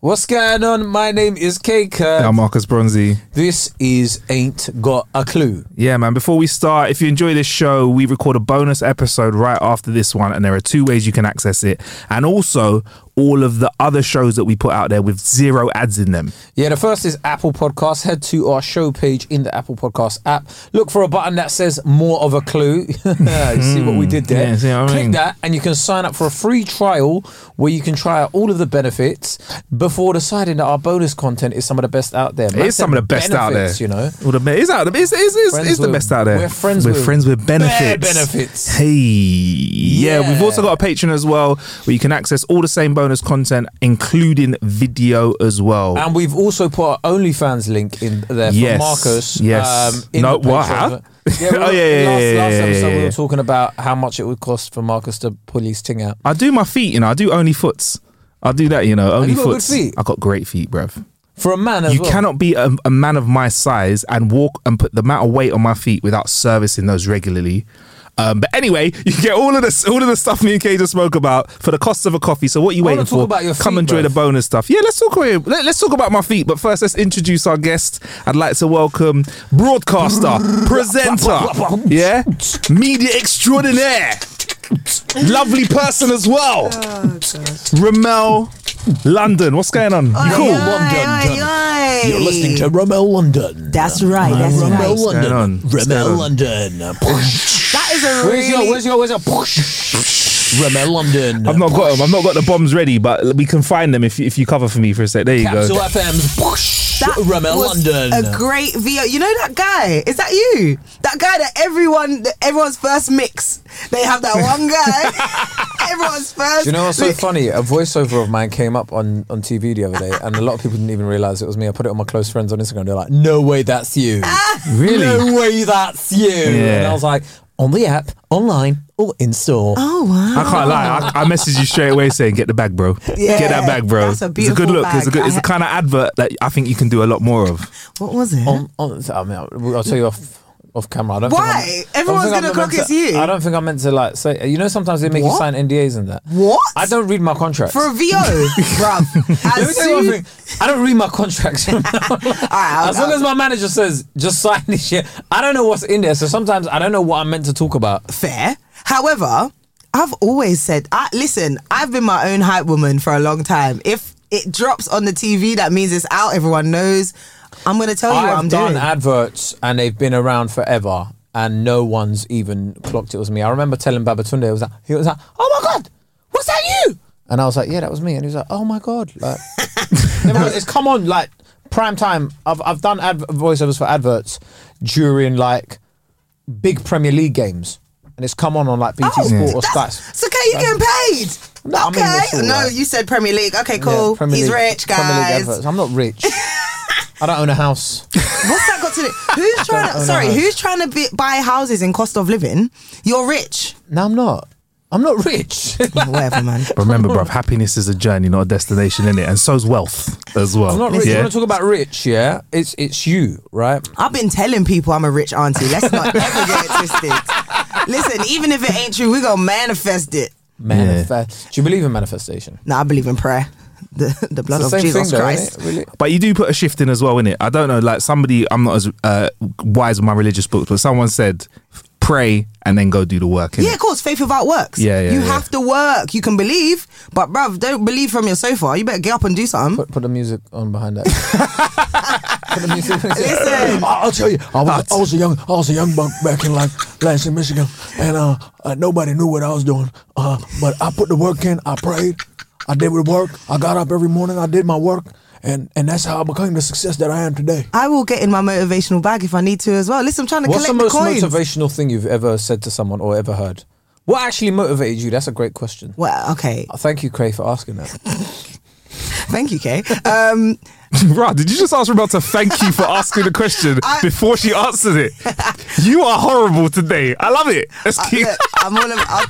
What's going on? My name is K Now, Kurt. Marcus Bronzy. This is Ain't Got a Clue. Yeah, man. Before we start, if you enjoy this show, we record a bonus episode right after this one, and there are two ways you can access it. And also, all of the other shows that we put out there with zero ads in them. Yeah, the first is Apple Podcasts. Head to our show page in the Apple Podcast app. Look for a button that says More of a Clue. you see what we did there? Hmm. Yeah, see what I Click mean? that, and you can sign up for a free trial where you can try out all of the benefits before deciding that our bonus content is some of the best out there. It is some of the best out there. benefits, You know? All the be- it's out. It's, it's, it's, Friends it's the with- best out there. we're friends We're with friends with bare benefits. benefits. Hey, yeah. We've also got a Patreon as well, where you can access all the same bonus content, including video as well. And we've also put our OnlyFans link in there for Yes, Marcus. yes. in No, the what, Patreon. huh? Yeah, we Oh, were- yeah, yeah, last, yeah, last yeah, episode we yeah. were talking about how much it would cost for Marcus to pull his ting out. I do my feet, you know. I do only foots. I do that, you know. Only you got good foots. feet? I got great feet, bruv. For a man as You well. cannot be a, a man of my size and walk and put the amount of weight on my feet without servicing those regularly. Um, but anyway, you get all of this, all of the stuff me and Kay just spoke about for the cost of a coffee. So what you I wanna waiting talk for? about your Come feet, enjoy the bruv. bonus stuff. Yeah, let's talk about let, us talk about my feet. But first, let's introduce our guest. I'd like to welcome broadcaster, presenter, yeah, media extraordinaire, lovely person as Oh, well, Ramel London. What's going on? You cool? You're listening to Ramel London. That's right. That's right. London. on? What's Ramel going on? London. Where's That is a your, really. where's your, where's your... Ramel London. I've not got them. I've not got the bombs ready, but we can find them if you, if you cover for me for a sec. There you Capsule go. FM's... That Ramel was London. a great VO. You know that guy? Is that you? That guy that everyone, that everyone's first mix, they have that one guy. everyone's first. Do you know what's so mix. funny? A voiceover of mine came up on, on TV the other day, and a lot of people didn't even realize it was me. I put it on my close friends on Instagram. They're like, "No way, that's you! Ah. Really? No way, that's you!" And Yeah. I was like, "On the app, online, or in store." Oh wow! I can't lie. I, I messaged you straight away saying, "Get the bag, bro. Yeah, Get that bag, bro." that's a it's a good beautiful look. It's a bag. good. I It's the ha- kind of advert that I think you can do a lot more of. What was it? On, on, I mean, I'll I'll tell you off off camera. I don't think Why? I'm- I don't Everyone's think I'm gonna meant clock it's to- you. I don't think I'm meant to like say. You know, sometimes they make you What? sign NDAs and that. What? I don't read my contracts. For a VO, bruv. Let me As tell you one soon- thing. I don't read my contracts. from now on. I'll- as long I'll- as my manager says, just sign this shit, I don't know what's in there. So sometimes I don't know what I'm meant to talk about. fair. However, I've always said, I, listen, I've been my own hype woman for a long time. If it drops on the TV, that means it's out. Everyone knows. I'm going to tell you what I've I'm done doing. adverts and they've been around forever and no one's even clocked it was me. I remember telling Babatunde, I was like, he was like, oh my God, was that you? And I was like, yeah, that was me. And he was like, oh my God. Like, Never- it's come on, like, prime time. I've, I've done adv- voiceovers for adverts during like big Premier League games. And it's come on on like BT Sport or Oh, That's- Stats. It's okay, you getting paid. No, I mean, it's okay. all no, right. you said Premier League. Okay, Yeah, cool. Premier He's League- rich, Premier League guys. adverts. I'm not rich. I don't own a house. What's that got to do? Who's trying own to, a sorry, house. who's trying to be, buy houses in cost of living? You're rich. No, I'm not. I'm not rich. Whatever, man. But remember, bruv, happiness is a journey, not a destination, innit? And so's wealth as well. I'm not rich. You Yeah? want to talk about rich? Yeah, it's it's you, right? I've been telling people I'm a rich auntie. Let's not ever get it twisted. Listen, even if it ain't true, we gonna manifest it. Manifest. Do you believe in manifestation? No, I believe in prayer. The, the blood It's of Jesus though, Christ. innit? Really? But you do put a shift in as well, innit? I don't know, like somebody, I'm not as uh, wise with my religious books, but someone said, pray, and then go do the work. innit? Yeah, of course. Faith without works. Yeah, yeah, You yeah. have to work. You can believe, but bruv, don't believe from your sofa. You better get up and do something. Put, put the music on behind that. put the music. Listen. I- I'll tell you, I was, I was a young, I was a young buck back in like Lansing, Michigan, and uh, uh, nobody knew what I was doing. Uh, but I put the work in. I prayed. I did the work. I got up every morning. I did my work, and and that's how I became the success that I am today. I will get in my motivational bag if I need to as well. Listen, I'm trying to What's the collect the most coins. motivational thing you've ever said to someone or ever heard? What actually motivated you? That's a great question. well, okay. Thank you, Cray, for asking that. Thank you, Kay. Um, Bruh, did you just ask Ramel to thank you for asking the question I- before she answered it? You are horrible today. I love it. Let's keep. look, I'm all about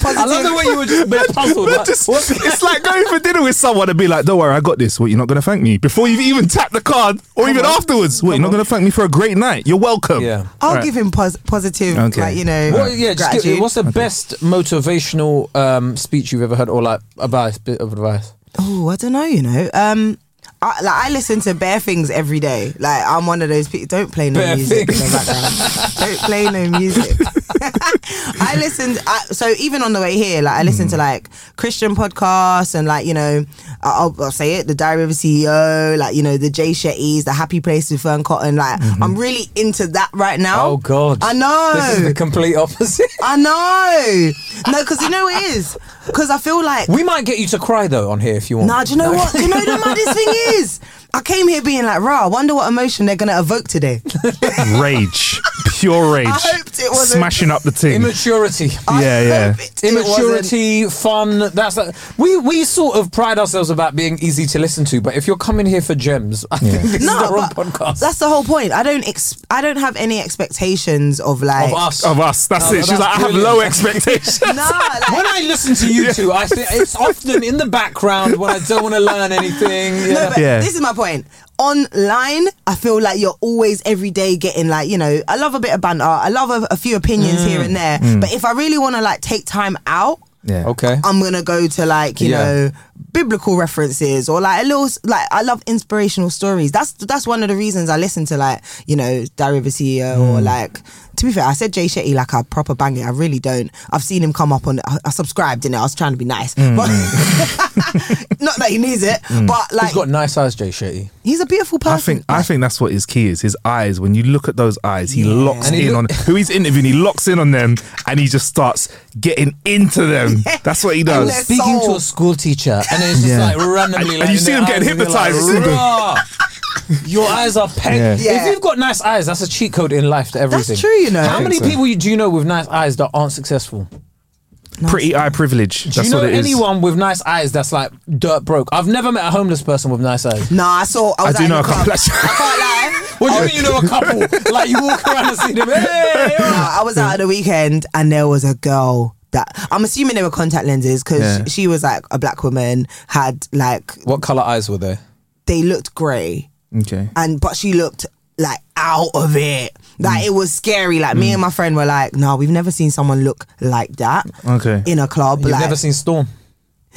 positive. I love the way you were just bare puzzled. Like, Just- what? it's like going for dinner with someone and be like, "Don't worry, I got this." What you're not going to thank me before you've even tapped the card, or even afterwards. What you're not going to thank me for a great night. You're welcome. Yeah. I'll Right. give him pos- positive, Okay. like you know, What- yeah, just gratitude. give- what's the best motivational um, speech you've ever heard, or like advice, bit of advice? Oh, I don't know. You know, um, I, like I listen to bare things every day. Like I'm one of those people. Don't play no Bare music in Things. the background. don't play no music. I listened. I, so even on the way here, like I listened to Hmm. like Christian podcasts and like you know, I- I'll, I'll say it, the Diary of a CEO, like you know, the Jay Shetty's, the Happy Place with Fern Cotton. Like I'm really into that right now. Mm-hmm. Oh God, I know. This is the complete opposite. I know. No, because you know what it is. Because I feel like we might get you to cry though on here if you want. Nah, do you know what? Do you know the maddest thing is? I came here being like, rah, I wonder what emotion they're going to evoke today. Rage, pure rage, hoped it wasn't- smashing up the thing. Immaturity. yeah, yeah. It wasn't- Immaturity, fun. That's that. We we sort of pride ourselves about being easy to listen to, but if you're coming here for gems, I think this is the wrong but podcast. That's the whole point. I don't ex- I don't have any expectations of like of us. Of us, that's Oh, it. She's that's like, I have brilliant. low expectations. Nah, like, when I listen to you two, I think it's often in the background when I don't want to learn anything. you No, know. but Yeah. this is my point. Online, I feel like you're always every day getting like, you know, I love a bit of banter. I love a, a few opinions Mm. here and there. But if I really want to like take time out, Yeah. Okay. I'm gonna go to like you Yeah. know biblical references or like a little like I love inspirational stories. That's that's one of the reasons I listen to like you know Diary of a CEO Hmm. or like. To be fair, I said Jay Shetty like I proper bang it. I really don't. I've seen him come up on. I, I subscribed in it. I was trying to be nice, Hmm. but not that he needs it. But like He's got nice eyes, Jay Shetty. he's a beautiful person. I think I think that's what his key is. His eyes. When you look at those eyes, he locks And he in look- on who he's interviewing. He locks in on them, and he just starts getting into them. That's what he And does. there's- Speaking to a school teacher, and it's just Yeah. like randomly, And- and like, you in see their them getting eyes, and you're like, hypnotized. Your eyes are pegged. pegged." Yeah. If you've got nice eyes, that's a cheat code in life to everything. true, you know. I How think many so. people you- do you know with nice eyes that aren't successful? Pretty eye privilege. Do That's you know what it is. anyone with nice eyes that's like dirt broke? I've never met a homeless person with nice eyes. Nah, I saw. I I, was do out in know the a couple. club. I can't lie. What do you mean you know a couple? like you walk around and see them. Hey, No, I was out at the weekend and there was a girl that I'm assuming they were contact lenses because Yeah. she was like a black woman had like What color eyes were they? they looked grey Okay. and but she looked like out of it Mm. like it was scary like me and my friend were like no we've never seen someone look like that Okay. in a club You've like never seen Storm.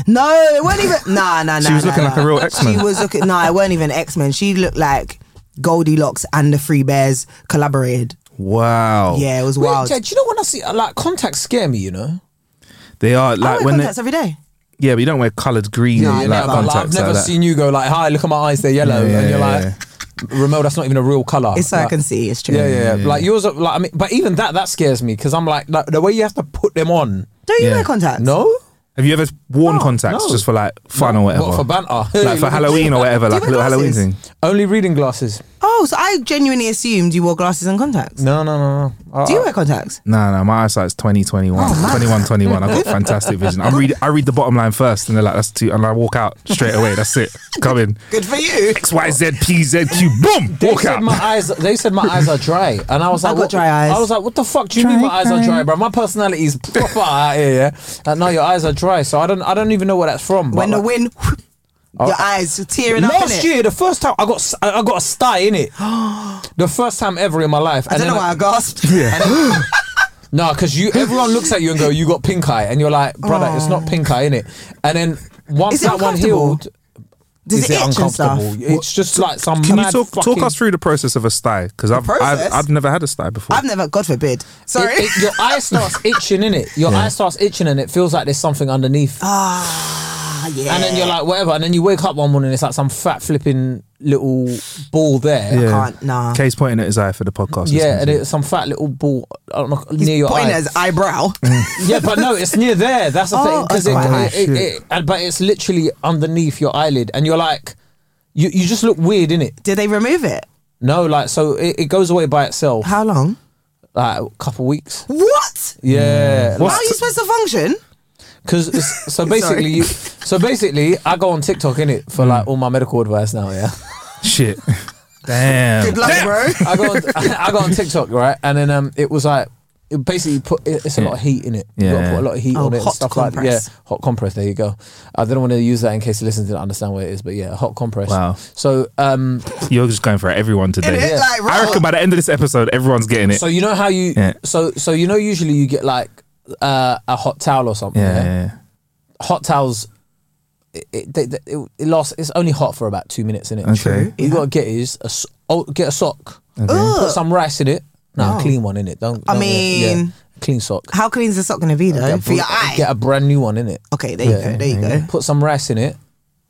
no it wasn't even nah nah nah She was nah, looking nah. like a real X-Men. she was looking no it weren't even X-Men she looked like Goldilocks and the Three Bears collaborated Oh. Wow. yeah it was wild Wait, do you know when I see like contacts scare me? You know. They are I like wear when they, contacts every day yeah, but you don't wear coloured green Yeah, like never. Like, contacts. I've never like that. seen you go like, "Hi, look at my eyes, they're yellow," Yeah, yeah, and you're yeah, like, "Ramel, that's not even a real color." it's so I like, can see it's true Yeah, yeah, yeah. Like yours, are, like I mean, but even that that scares me because I'm like, like the way you have to put them on. Don't you Yeah. wear contacts? No, Have you ever worn contacts no. just for like fun or whatever? What, for banter, Like for Halloween or whatever, Do you like a wear little Halloween glasses? thing. Only reading glasses. Oh, so I genuinely assumed you wore glasses and contacts. No, no, no, no. I- Do you wear contacts? No, no, my eyesight's 20, 21, Oh, 21, 21. I've got fantastic vision. I'm read, I read the bottom line first and they're like, that's too, and I walk out straight away. That's it. Come in. Good for you. X, Y, Z, P, Z, Q, boom, They walk said out. my eyes. They said my eyes are dry, and I was I like, got what, dry eyes. I was like, what the fuck do you Dry, mean my eyes are dry. dry, bro? My personality is proper out here. Yeah, and now your eyes are dry, so I don't. I don't even know where that's from. but When the like- wind, your eyes were tearing up. Last innit? year, the first time I got s- I I got a sty in it. the first time ever in my life. I don't know why I gasped. No, because you everyone looks at you and go, "You got pink eye," and you're like, "Brother, it's not pink eye in it." And then once Oh. Is it that one uncomfortable? healed, Does is it itch and uncomfortable? stuff? It's just like some. Can you mad talk fucking- talk us through the process of a sty? Because I've, process? I've I've never had a sty before. I've never, God forbid. Sorry. It- it- your eye starts itching in it. Your eye starts itching and it feels like there's something underneath. ah, Oh, yeah. And then you're like whatever. And then you wake up one morning, it's like some fat flipping little ball there. Yeah. can't, nah. Kay's pointing at his eye for the podcast. Yeah, listeners. and it's some fat little ball I don't know, He's near your Mm. pointing eye. at his eyebrow. yeah, but no, it's near there. That's the Oh, thing. Because it, okay. it, it, it- and- but it's literally underneath your eyelid, and you're like, you, you just look weird in it. Did they remove it? No, like so it, it goes away by itself, How long? like a couple weeks. What? Yeah, How are you supposed to function? because so basically, you, so basically, I go on TikTok in it for Mm. like all my medical advice now. Yeah. shit. Damn. Good luck, bro. I go on, I go on TikTok, right? And then um, it was like it basically put it, it's a lot of heat in it. You gotta Yeah. put a lot of heat Oh, on it and hot stuff like yeah, compress. hot compress. There you go. I didn't want to use that in case you listen to understand what it is, but yeah, hot compress. Wow. So um, You're just going for everyone today. Innit? Like, I reckon right. by the end of this episode, everyone's getting it. so you know how you Yeah. so so you know usually you get like uh, a hot towel or something. yeah, Yeah. yeah, yeah. Hot towels. It, it, they- they- it, it lasts. It's only hot for about two minutes in it. Okay. You gotta get is a s- oh, get a sock. Put Ugh. some rice in it. No, a clean one in it. Don't. I don't- yeah. mean- clean sock. How clean is the sock going to be, though? Get a For your br- eye? Get a brand new one in it. okay, there you go. There you go. Put some rice in it,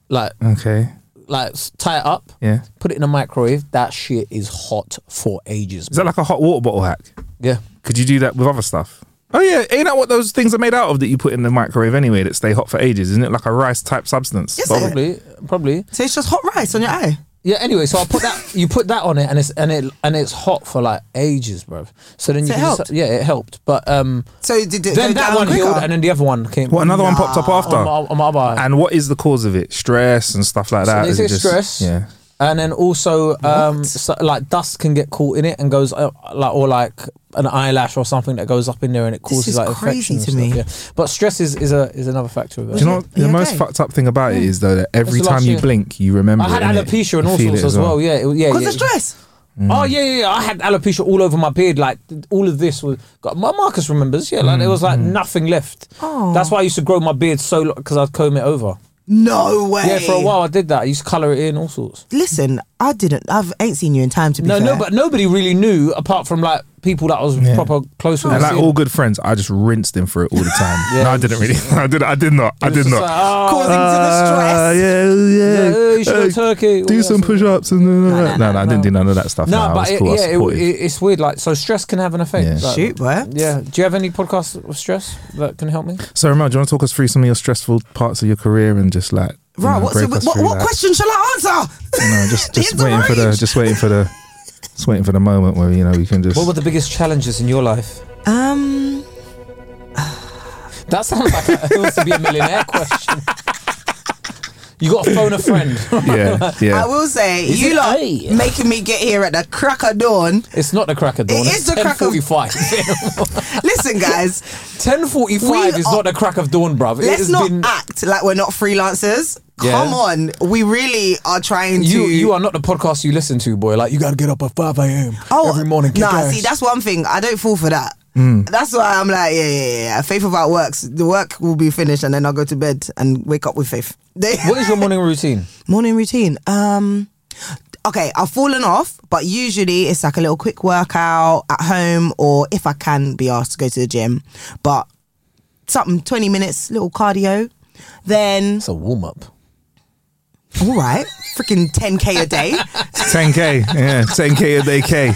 like Okay. like s- tie it up. Yeah. Put it in the microwave. That shit is hot for ages. Is that like a hot water bottle hack? yeah. Could you do that with other stuff? Oh yeah, ain't that what those things are made out of that you put in the microwave anyway that stay hot for ages? Isn't it like a rice type substance? Is Well, it? Probably, probably. So it's just hot rice on your eye. Yeah. Anyway, so I put that. You put that on it, and it's and it and it's hot for like ages, bruv. So then So you it can just- helped? yeah, it helped. But um, So did it then go that down one quicker? healed, and then the other one came. What another one popped up after? on my, on my bar. and what is the cause of it? Stress and stuff like that. They Is say it just- stress. Yeah. And then also, um, so, like dust can get caught in it and goes uh, like or like an eyelash or something that goes up in there and it causes is like crazy infection to and me. stuff, yeah. But stress is, is a is another factor of it. E Do you know what the Yeah, most okay. fucked up thing about Hmm. it is though that every That's the last time you year. blink, you remember. I had it, innit? alopecia and You all feel sorts it Mm. as well. Yeah, it, yeah, Because yeah. of stress. Oh yeah, yeah, yeah. I had alopecia all over my beard. Like th- all of this was. God, my Marcus remembers. Yeah, like Mm, there was like nothing left. Oh. That's why I used to grow my beard so because I'd comb it over. No way. Yeah, for a while I did that. I used to color it in all sorts. Listen, I didn't. I ain't seen you in time to be No, fair. no, but nobody really knew apart from like people that I was proper close with. And like Seeing- all good friends, I just rinsed him for it all the time. Yeah. no, I didn't really. I did. I did not. I It was did just not. like, "Oh, Causing Uh, to the stress. yeah, yeah. Yeah, oh, you should go Hey, Turkey. Do Yeah, some so- push-ups and no, no, no, no, I didn't no. do none of that stuff. No, I but was it, cool. I was yeah, it, supportive. it, it's weird. Like, so stress can have an effect. Yeah. like- Shoot, boy. Yeah. Do you have any podcasts with stress that can help me? so, Ramel, do you want to talk us through some of your stressful parts of your career and just like, you Right, know, what's break it, what, us what, through what that? question shall I answer? No, just just It's a waiting for the range. just waiting for the just waiting for the moment where you know you can just. What were the biggest challenges in your life? Um, That sounds like a who wants to be a millionaire question. You got to phone a friend. yeah, yeah. I will say, Is you it lot A? making me get here at the crack of dawn. It's not the crack of dawn. It it's is the crack of- 10:45. Listen, guys, 10:45 We is are- not the crack of dawn, bruv. It let's has not been- act like we're not freelancers. Yeah. Come on, we really are trying You to. you are not the podcast you listen to, boy. Like you got to get up at 5 a.m. every morning. Hmm. kick Oh, Nah, ass. see, that's one thing. I don't fall for that. That's why I'm like, yeah, yeah, yeah, yeah. Faith without works. The work will be finished, and then I'll go to bed and wake up with faith. They- What is your morning routine? Morning routine. Um, okay, I've fallen off, but usually it's like a little quick workout at home, or if I can be asked to go to the gym, but something twenty minutes, little cardio. Then It's a warm up. all right, freaking ten k a day. 10k, yeah, 10k a day, k.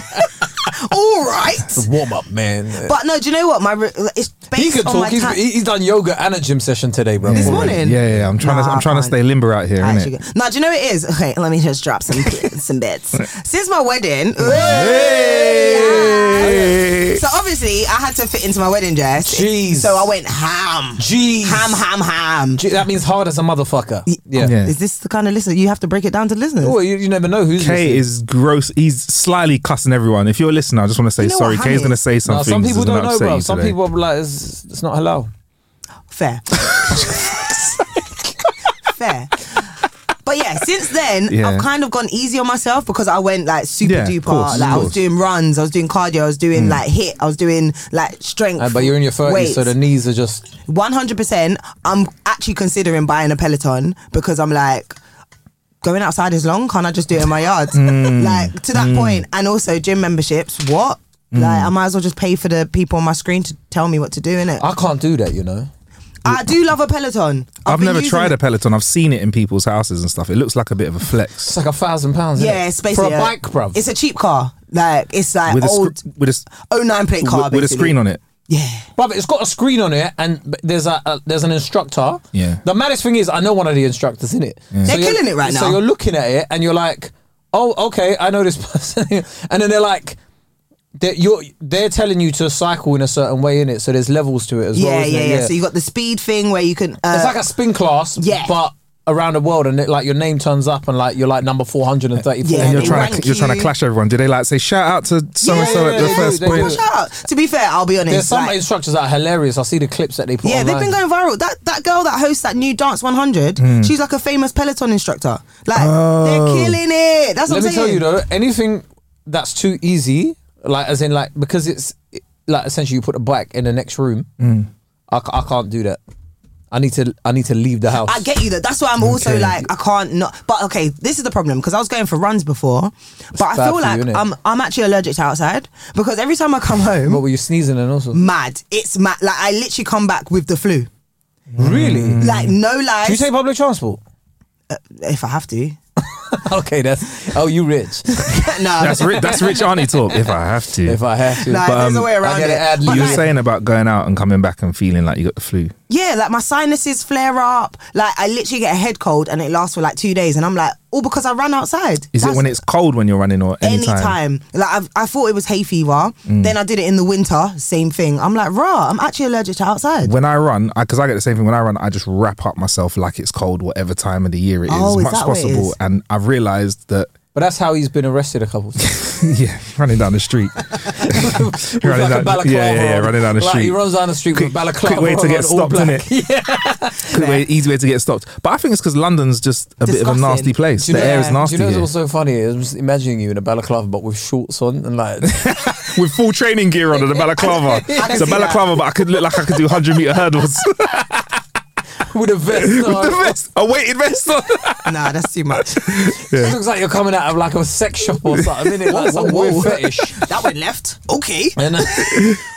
all right, It's a warm up, man. but no, do you know what? My re- it's based He could on my talk. He's, time. he- he's done yoga and a gym session today, bro. This Already. morning? Yeah, yeah, yeah. I'm trying to Nah, I'm trying to fine. stay limber out here, Actually innit? good. No, do you know what it is? Okay, let me just drop some some bits. Since my wedding, Hey! so obviously I had to fit into my wedding dress. Jeez. So I went ham, Jeez. ham, ham, ham. Gee, that means hard as a motherfucker. Yeah. Yeah. Is this the kind of listener you have to break it down to the listeners? Oh, you, you never know who's K listening. is gross. He's slyly cussing everyone. If you're a listener, I just want to say You know sorry. what K's ham gonna is? say No, something. some people that's gonna don't know, upset bro. you Some today. people are like, it's, it's not halal. Fair. Fair. But yeah, since then Yeah. I've kind of gone easy on myself because I went like super Yeah, of duper. course, of like I was course. doing runs, I was doing cardio, I was doing like hit, I was doing like strength. Uh, but you're in your 30s, so weights. the knees are just. One hundred percent. I'm actually considering buying a Peloton because I'm like, going outside is long. Can't I just do it in my yard? Mm. like to that point. And also gym memberships. What? Mm. Like I might as well just pay for the people on my screen to tell me what to do in it. I, I can't do that, you know. do love a Peloton. I've, been never using tried a it. Peloton. I've seen it in people's houses and stuff. It looks like a bit of a It's flex. like a thousand pounds. innit? Yeah, it's basically for a bike, bruv. It's a cheap car. Like it's like With a, sc- old with a, s- Oh, 09 plate car. with, with a basically. screen on it. Yeah. Bruv, it's got a screen on it, and b- there's a, a there's an instructor. Yeah. The maddest thing is, I know one of the instructors in it. They're you're- killing it right So now. you're looking at it, and you're like, "Oh, okay, I know this person," and then they're like. They're, you're, they're telling you to cycle in a certain way in it, so there's levels to it as well. Yeah, isn't yeah, it? yeah. So you got the speed thing where you can. Uh, it's like a spin class, Yeah. but around the world, and it, like your name turns up, and like you're like number four hundred and thirty-four. Yeah, and you're they trying rank to you're trying to you. clash everyone. Do they like say shout out to so and so at yeah, the they do, first they do. point? Shout Shout out. To be fair, I'll be honest. There's some like- instructors that are hilarious. I see the clips that they put. Yeah, they've online. been going viral. That that girl that hosts that new Dance 100, Hmm. she's like a famous Peloton instructor. Like Oh. they're killing it. That's what Let I'm me saying. tell you though, anything that's too easy, like as in like because it's it- like essentially you put a bike in the next room. Mm. I, ca- I can't do that. I need to I need to leave the house. I get you though. That's why I'm also Okay. like I can't not. But okay, this is the problem because I was going for runs before, but I bad feel for like you, innit? I'm I'm actually allergic to outside because every time I come What home, were you sneezing and also? Mm. mad. It's mad. Like I literally come back with the flu. Really? Mm. Like no Do you lies. Hmm. take public transport? if I have to. okay, that's oh you rich. no, That's rich, that's rich auntie talk. If I have to, if I have to. Nah, But, there's a way I around get it. it ad But you were lib. like- saying about going out and coming back and feeling like you got the flu. Yeah, like my sinuses flare up. Like I literally get a head cold and it lasts for like two days, and I'm like, all because I ran outside. Is it when it's cold when you're running or anytime? anytime? Like I've, I thought it was hay fever. Then I did it in the winter. Same thing. I'm like, rah. I'm actually allergic to outside. When I run, because I, get the same thing. When I run, I just wrap up myself like it's cold, whatever time of the year it is, Oh, as is much as that what it possible. is? And I've realised that But that's how he's been arrested a couple of times. yeah, running down the street, With like a running down, yeah, balaclava yeah, yeah, on. running down the Like, street. He runs down the street quick, with balaclava. quick way to on, all get stopped, black. innit? quick way, easy way to get stopped. But I think it's because London's just a bit of a Disgusting. nasty place. Do The you know- air is nasty Do you know here. what's also funny? I'm just imagining you in a balaclava but with shorts on and like with full training gear on and a balaclava. can it's a see that. balaclava, but I could look like I could do hundred meter hurdles with with a vest. Oh, the on. vest, a weighted vest on. nah, that's too much. It looks like you're coming out of like a sex shop or something, innit? Like some weird fetish. that went left. Okay. And uh,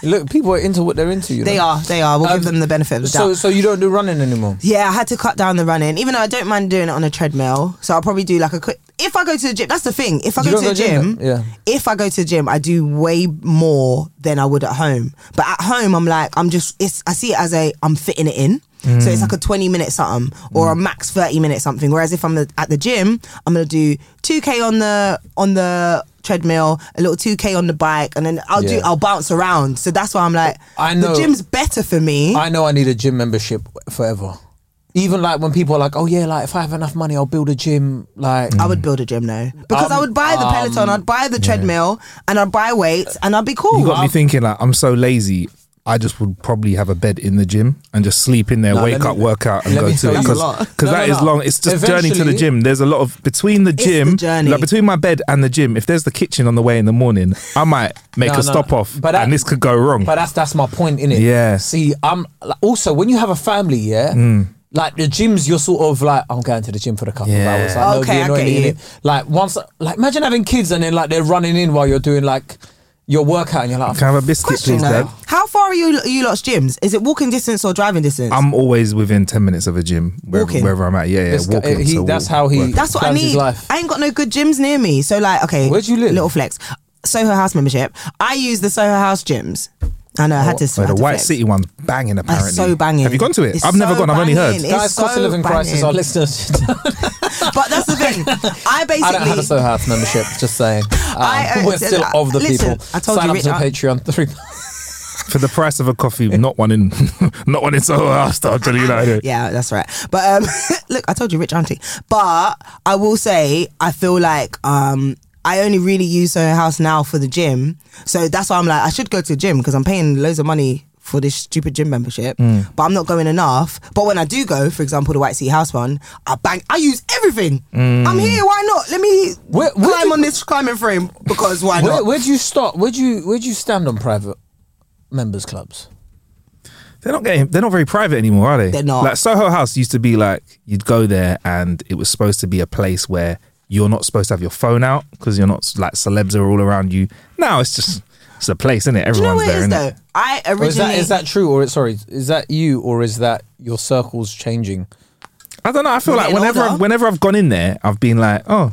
look, people are into what they're into. You know? They are. They are. We'll Um, give them the benefit of the doubt. So, so you don't do running anymore. Yeah, I had to cut down the running, even though I don't mind doing it on a treadmill. So I'll probably do like a quick. If I go to the gym, that's the thing. If I You go don't go to the to the gym, gym, yeah. if I go to the gym, I do way more than I would at home. But at home, I'm like, I'm just, it's, I see it as a, I'm fitting it in. So Mm. it's like a 20 minute something or a max 30 minute something. Whereas if I'm the- at the gym, I'm gonna do 2k on the on the treadmill, a little 2k on the bike, and then I'll do Yeah. I'll bounce around. So that's why I'm like, I know- the gym's better for me. I know I need a gym membership forever. Even like when people are like, "Oh yeah, like if I have enough money, I'll build a gym." Like, I would build a gym though because I Um, would buy the Peloton, I'd buy the treadmill, and I'd buy weights, and I'd be cool. um, You got me thinking like I'm so lazy. I just would probably have a bed in the gym and just sleep in there, No, wake let me- up, work out, and let go me to tell you- because That's a lot. because No, that no, is no. long. It's just journey to the Eventually- gym. There's a lot of between the the gym, journey. like between my bed and the gym. If there's the kitchen on the way in the morning, I might make No, no, a stop no. off, But that- and this could go wrong. But that's that's my point, innit? Yeah. See, I'm like, also when you have a family, yeah. Like the gyms, you're sort of like, I'm going to the gym for a couple Yeah. of hours. Like, Okay, I no, it'd be get annoying, you. innit? Like once, like imagine having kids and then like they're running in while you're doing like your workout and you're like, Can I have a biscuit, Question please, though, Dad? how far are you you lot's gyms? Is it walking distance or driving distance? I'm always within ten minutes of a gym, wherever, Walking. wherever I'm at. Yeah, yeah, This guy- walking. he- so that's walk- how he- work. That's what I plans his need. life. I ain't got no good gyms near me, so like, okay, Where do you live? Little flex, Soho House membership. I use the Soho House gyms. I know I had to. Oh, I the had to White flex. City one's banging apparently. That's so banging. Have you gone to it? It's I've never so gone. I've only heard. banging. It's guys, cost so of living crisis. banging. Our listeners, But that's the thing. I basically I don't have a Soho House membership. Just saying, Um, I, uh, we're said still that- of the listen, people. I told Sign you, up Rich, to I- Patreon three. for the price of a coffee, not one in, not one in Soho House. I'll tell you that. anyway. Yeah, that's right. But um, look, I told you, rich auntie. But I will say, I feel like um, I only really use Soho House now for the gym. So that's why I'm like, I should go to the gym because I'm paying loads of money for this stupid gym membership, Mm. but I'm not going enough. But when I do go, for example, the White Sea House one, I bang, I use everything. I'm here, why not? Let me Mm. Where- where climb do- on this climbing frame because why Where, not? where do you start? Where do you where do you stand on private members clubs? They're not getting. They're not very private anymore, are they? They're not. Like Soho House used to be like you'd go there and it was supposed to be a place where you're not supposed to have your phone out because you're not like celebs are all around you. Now it's just it's a place, isn't it? Do you know Everyone's what it there, is innit? though? I Or is originally that is that true or sorry? Is that you or is that your circles changing? I don't know. I feel We're like getting whenever older. I've, whenever I've gone in there, I've been like, oh,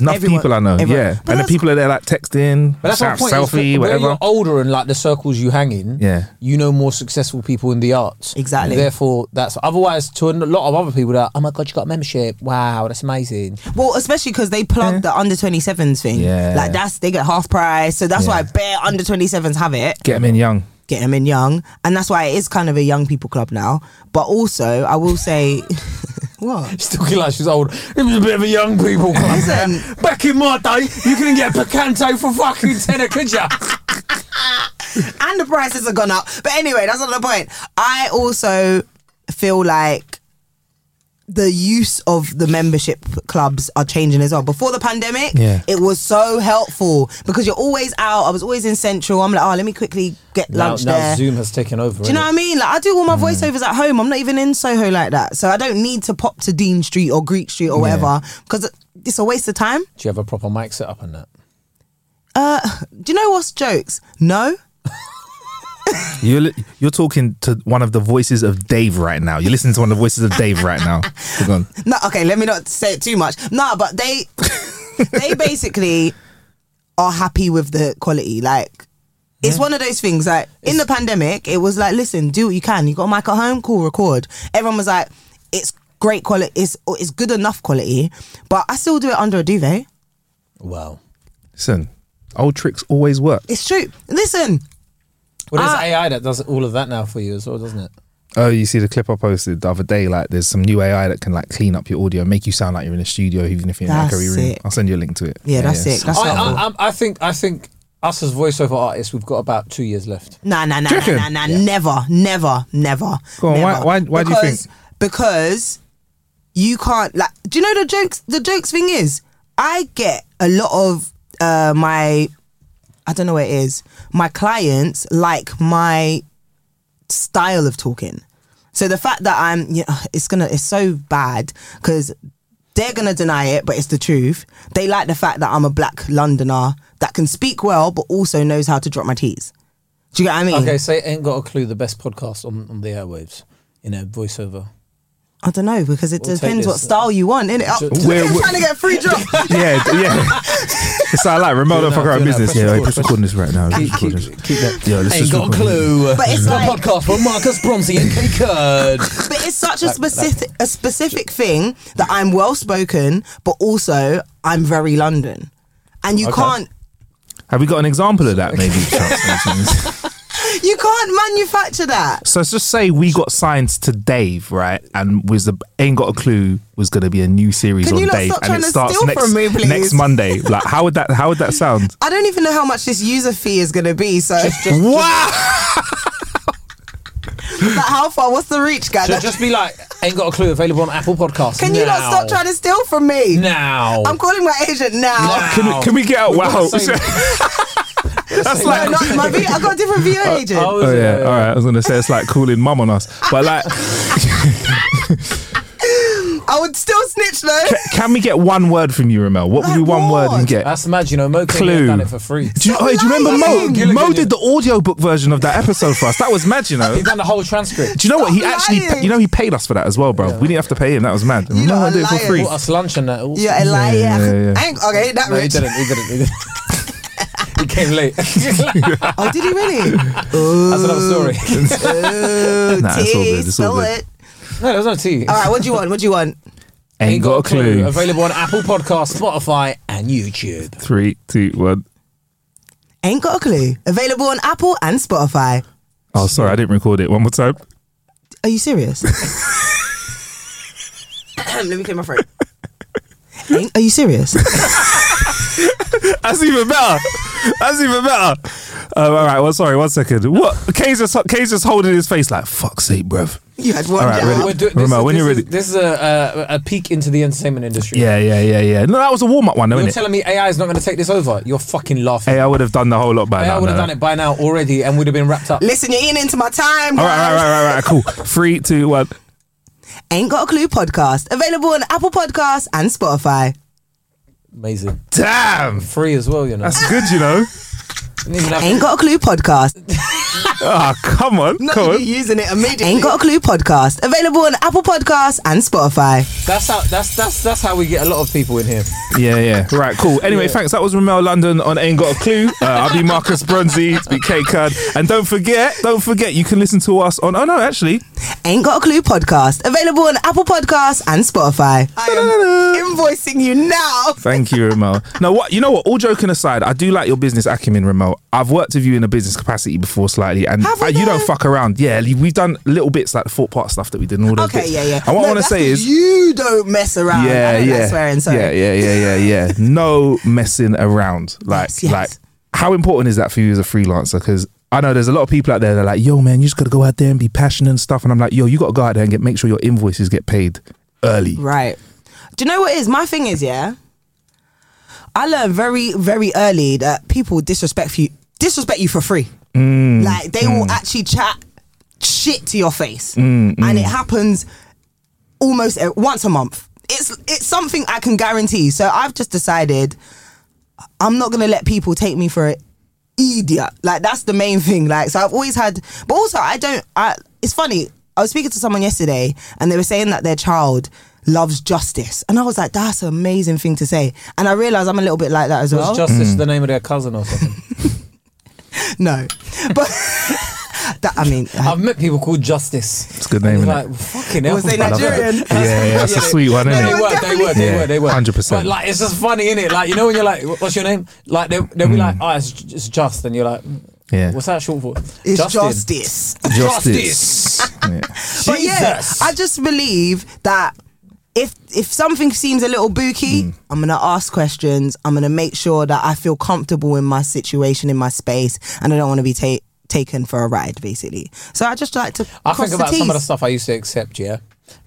enough Everyone- people I know, everyone. yeah. But and the that's- people are there like texting, But that's my self- point. is that selfie, When whatever. you're older and like the circles you hang in, Yeah. you know more successful people in the arts. Exactly. Therefore, that's otherwise to a lot of other people that oh my god, you got a membership. Wow, that's amazing. well, especially because they plug the under twenty sevens thing. Yeah. like that's they get half price, so that's Yeah. why bare under twenty sevens have it. Get them in young. Get them in young, and that's why it is kind of a young people club now. But also, I will say, what? She's talking like she's old. It was a bit of a young people club. man. Back in my day, you couldn't get a picanto for fucking tenner, could ya? and the prices have gone up. But anyway, that's not the point. I also feel like the use of the membership clubs are changing as well. Before the pandemic, Yeah. it was so helpful because you're always out. I was always in Central. I'm like, oh, let me quickly get Now, lunch now there. Zoom has taken over. Do you know what I mean? Like I do all my voiceovers at home. I'm not even in Soho like that, so I don't need to pop to Dean Street or Greek Street or whatever because it's a waste of time. Do you have a proper mic set up and that? Do you know what's jokes? No, You're li- you're talking to one of the voices of Dave right now. You're listening to one of the voices of Dave right now. Hold on. No, okay, let me not say it too much. No, but they they basically are happy with the quality. Like it's one of those things like in the pandemic, it was like, listen, do what you can. You got a mic at home, cool, record. Everyone was like, it's great quality, it's it's good enough quality. But I still do it under a duvet. Wow. Listen, old tricks always work. It's true. Listen, Well, there's Ah. AI that does all of that now for you as well, doesn't it? Oh, you see the clip I posted the other day. Like, there's some new AI that can like clean up your audio, and make you sound like you're in a studio, even if you're in like, a That's room. sick. I'll send you a link to it. Yeah, that's sick. That's I, helpful. I, I'm- I think I think us as voiceover artists, we've got about two years left. Nah, nah, nah, Do you nah, nah, reckon? nah. Never, never, never. Go on, why- never. why- why do you because, think- Because you can't. Like, do you know the jokes? The jokes thing is, I get a lot of uh, my. I don't know what it is. My clients like my style of talking. So the fact that I'm, you know, it's gonna, it's so bad because they're gonna deny it, but it's the truth. They like the fact that I'm a black Londoner that can speak well, but also knows how to drop my T's. Do you get what I mean? Okay, say ain't got a clue the best podcast on, on the airwaves in a voiceover. I don't know because it We'll take depends what this. style you want, innit? Oh, Ju- Where- we're where- trying to get free drop. yeah, d- yeah. It's like, like remote Do it now, fucker out do it now, business. press Yeah, record, I'm just press- recording this right now. Keep, Just keep, recording this. keep that. Yeah, let's ain't just got a record it. clue. But it's a like- podcast from Marcus Bromsey and K Curd. But it's such a specific a specific thing that I'm well spoken, but also I'm very London, and you can't Have we got an example of that? Maybe. Chance? you can't manufacture that. so let's just say we got signed to Dave, right? And was the ain't got a clue was going to be a new series Can on you lot Dave, stop and trying it to starts steal next from me, please? next Monday. Like, how would that? How would that sound? I don't even know how much this user fee is going to be. So, Wow. like, how far? What's the reach, guys? So just be like, ain't got a clue. Available on Apple Podcasts. Can you not stop trying to steal from me? now? I'm calling my agent now. Nah. Can, we- can we get out? Wow. Same- That's No, not my V- I got a different VO agent. Oh, Oh is it? yeah, all right. I was gonna say it's like calling mum on us, but like, I would still snitch though. can we get one word from you, Ramel? What would be Like one word we what? get? That's mad. You know, Mo King Clue. has done it for free. do you, Stop oh, do you remember Mo? lying. Gilligan, Mo yeah. did the audiobook version of that episode for us. That was mad, you know. He's done the whole transcript. Do you know what? He Stop actually, lying. you know, he paid us for that as well, bro. we didn't have to pay him. That was mad. You lot Mo are did it for liars. free. Bought us lunch and that. also. You're a liar. yeah, yeah. I ain't, okay, that No, he rich. didn't. He didn't. He, didn't. he came late. That's Oh, did he really? another story. Ooh, Nah, it's all tea, good, it's all spill good. it. No, there was no tea. All right, what do you want? What do you want? Ain't got a clue. Available on Apple Podcasts, Spotify, and YouTube. Three, two, one. Ain't got a clue. Available on Apple and Spotify. Oh, sorry, I didn't record it. One more time. Are you serious? Let me clear my throat. Ain't, are you serious? That's even better. That's even better. Um, all right. Well, sorry. One second. What? Kay's just, Kay's just holding his face like, fuck's sake, bruv. You had one All right, job. ready? We're doing- this Ramon, is- when this you're is- ready. This is a, a, a peek into the entertainment industry. Yeah, yeah, yeah, yeah. No, that was a warm up one, though, You're isn't it? telling me AI is not going to take this over? You're fucking laughing. Hey, I would have done the whole lot by AI now. would have no. done it by now already and would have been wrapped up. Listen, you're eating into my time. All right, all guys. right, all right, all right, cool. Three, two, one. Ain't Got a Clue podcast. Available on Apple Podcasts and Spotify. Amazing. Damn, Free as well, you know. that's good, you know. Didn't even have to- Ain't Got a Clue podcast. Ah, come on, come you're on. using it immediately. Ain't Got a Clue podcast. Available on Apple Podcasts and Spotify. That's how that's that's that's how we get a lot of people in here. Yeah, yeah. Right, cool. Anyway, thanks. That was Ramel London on Ain't Got a Clue. Uh, I'll be Marcus Bronzy. It's be K Cud. And don't forget, don't forget, you can listen to us on. Oh no, actually, Ain't Got a Clue podcast. Available on Apple Podcasts and Spotify. I am invoicing you now. Thank you, Ramel. now, what you know what? All joking aside, I do like your business acumen, Ramel. I've worked with you in a business capacity before, slightly, and Have we uh, you don't though? fuck around. Yeah, li- we've done little bits like the thought part stuff that we did, and all those. Okay, bits. yeah, yeah. And what No, I want to that's say 'cause is, you don't mess around. I yeah, don't like yeah, swearing. Sorry. yeah, yeah, yeah, yeah, yeah. No messing around. Like, Yes, yes. like, how important is that for you as a freelancer? Because I know there's a lot of people out there that are like, yo, man, you just got to go out there and be passionate and stuff. And I'm like, yo, you got to go out there and get make sure your invoices get paid early. Right. Do you know what it is? My thing is, yeah, I learned very, very early that people disrespect you disrespect you for free. like they will actually chat shit to your face. And it happens almost e- once a month. It's it's something I can guarantee. So I've just decided I'm not gonna let people take me for an idiot. Like that's the main thing. Like so I've always had but also I don't I it's funny. I was speaking to someone yesterday and they were saying that their child loves justice. And I was like, that's an amazing thing to say. And I realised I'm a little bit like that as Was well. Hmm. Justice the name of their cousin or something? no. But that I mean I've met people called Justice. It's a good name, It's innit? like fucking hell. Was they I love that. Nigerian? Yeah, yeah, that's a sweet one, They isn't it? were, they were, they Yeah, were, they were. 100%. But like, it's just funny, innit? Like, you know, when you're like, "Wh- "What's your name?" Like, they, they'll Hmm. be like, "Oh, it's, J- it's Just," and you're like, Yeah. "What's that short for?" it's Justin. justice. Justice. Yeah. But yeah, Jesus. I just believe that if if something seems a little Hmm. booky, I'm gonna ask questions. I'm gonna make sure that I feel comfortable in my situation, in my space, and I don't want to be ta- taken for a ride, basically. So I just like to. I cross think the about some of the T's. stuff I used to accept, yeah,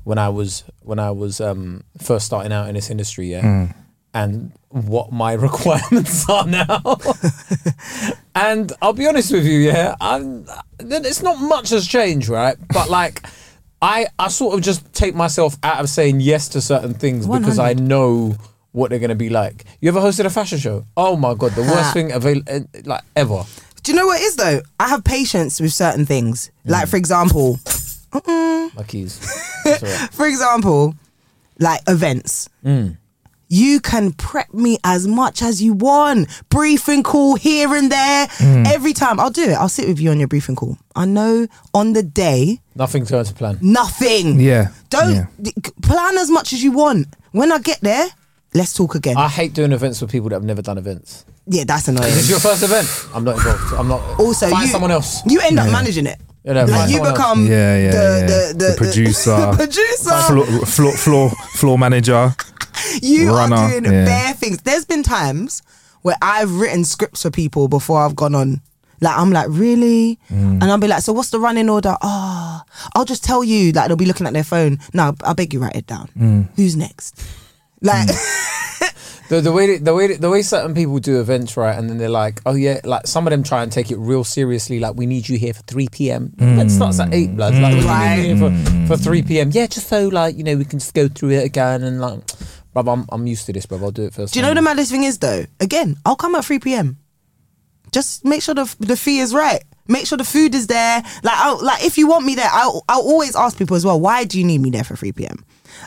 when I was when I was um, first starting out in this industry, yeah, and what my requirements are now. and I'll be honest with you, yeah, I'm, then it's not much has changed, right? But like. I, I sort of just take myself out of saying yes to certain things because I know what they're going to be like. You ever hosted a fashion show? Oh my god, the worst thing avail- eh, like ever. Do you know what it is though? I have patience with certain things. Hmm. Like for example, My keys. It's all right. for example, like events. You can prep me as much as you want. Briefing call here and there. Every time I'll do it. I'll sit with you on your briefing call. I know on the day Nothing turns to plan. nothing. Yeah, Don't yeah. d- c- plan as much as you want. When I get there, let's talk again. I hate doing events with people that have never done events. yeah, that's annoying. If it's your first event, I'm not involved. I'm not. also, find you, someone else. You end up managing it. Yeah, no, like find you someone else. become Yeah, yeah, the, yeah. The, the, The producer. the producer. Floor, floor, floor, floor manager. you are Runner, doing yeah. bare things. There's been times where I've written scripts for people before I've gone on. Like I'm like really, and I'll be like, so what's the running order? Oh, I'll just tell you. Like they'll be looking at their phone. No, I beg you, write it down. Who's next? Like The, the way that- the way that- the way certain people do events, right? And then they're like, oh yeah, like some of them try and take it real seriously. Like we need you here for three p.m. That starts at eight, blood. Like what do you need me here for, for three p.m. Yeah, just so like you know we can just go through it again and like, bruv, I'm I'm used to this, bruv. I'll do it first. Mm. Do you know the maddest thing is though? Again, I'll come at 3 p.m. Just make sure the the fee is right. Make sure the food is there. Like, I'll, like if you want me there, I'll, I'll always ask people as well. Why do you need me there for 3 p.m.?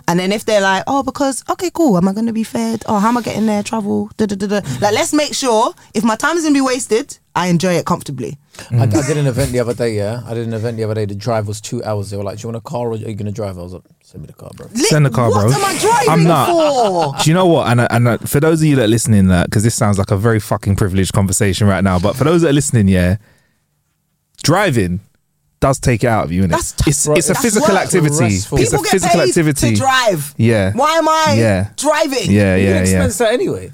And then if they're like, oh, because okay, cool. Am I going to be fed? Oh, how am I getting there? Travel? Da, da, da, da. Like, let's make sure if my time is going to be wasted, I enjoy it comfortably. I, I did an event the other day. Yeah, I did an event the other day. The drive was two hours. They were like, do you want a car or are you gonna drive? I was like, send me the car, bro. Send the car, what bro. am I driving I'm not. for? Do you know what? And, I- and I- for those of you that are listening, that because this sounds like a very fucking privileged conversation right now, but for those that are listening, yeah, driving does take it out of you, innit? That's tough, it's, bro. it's a That's physical work. activity. Restful. It's a People get physical paid activity. to drive. Yeah. Why am I Yeah. driving? Yeah, you can yeah, yeah. expense that anyway.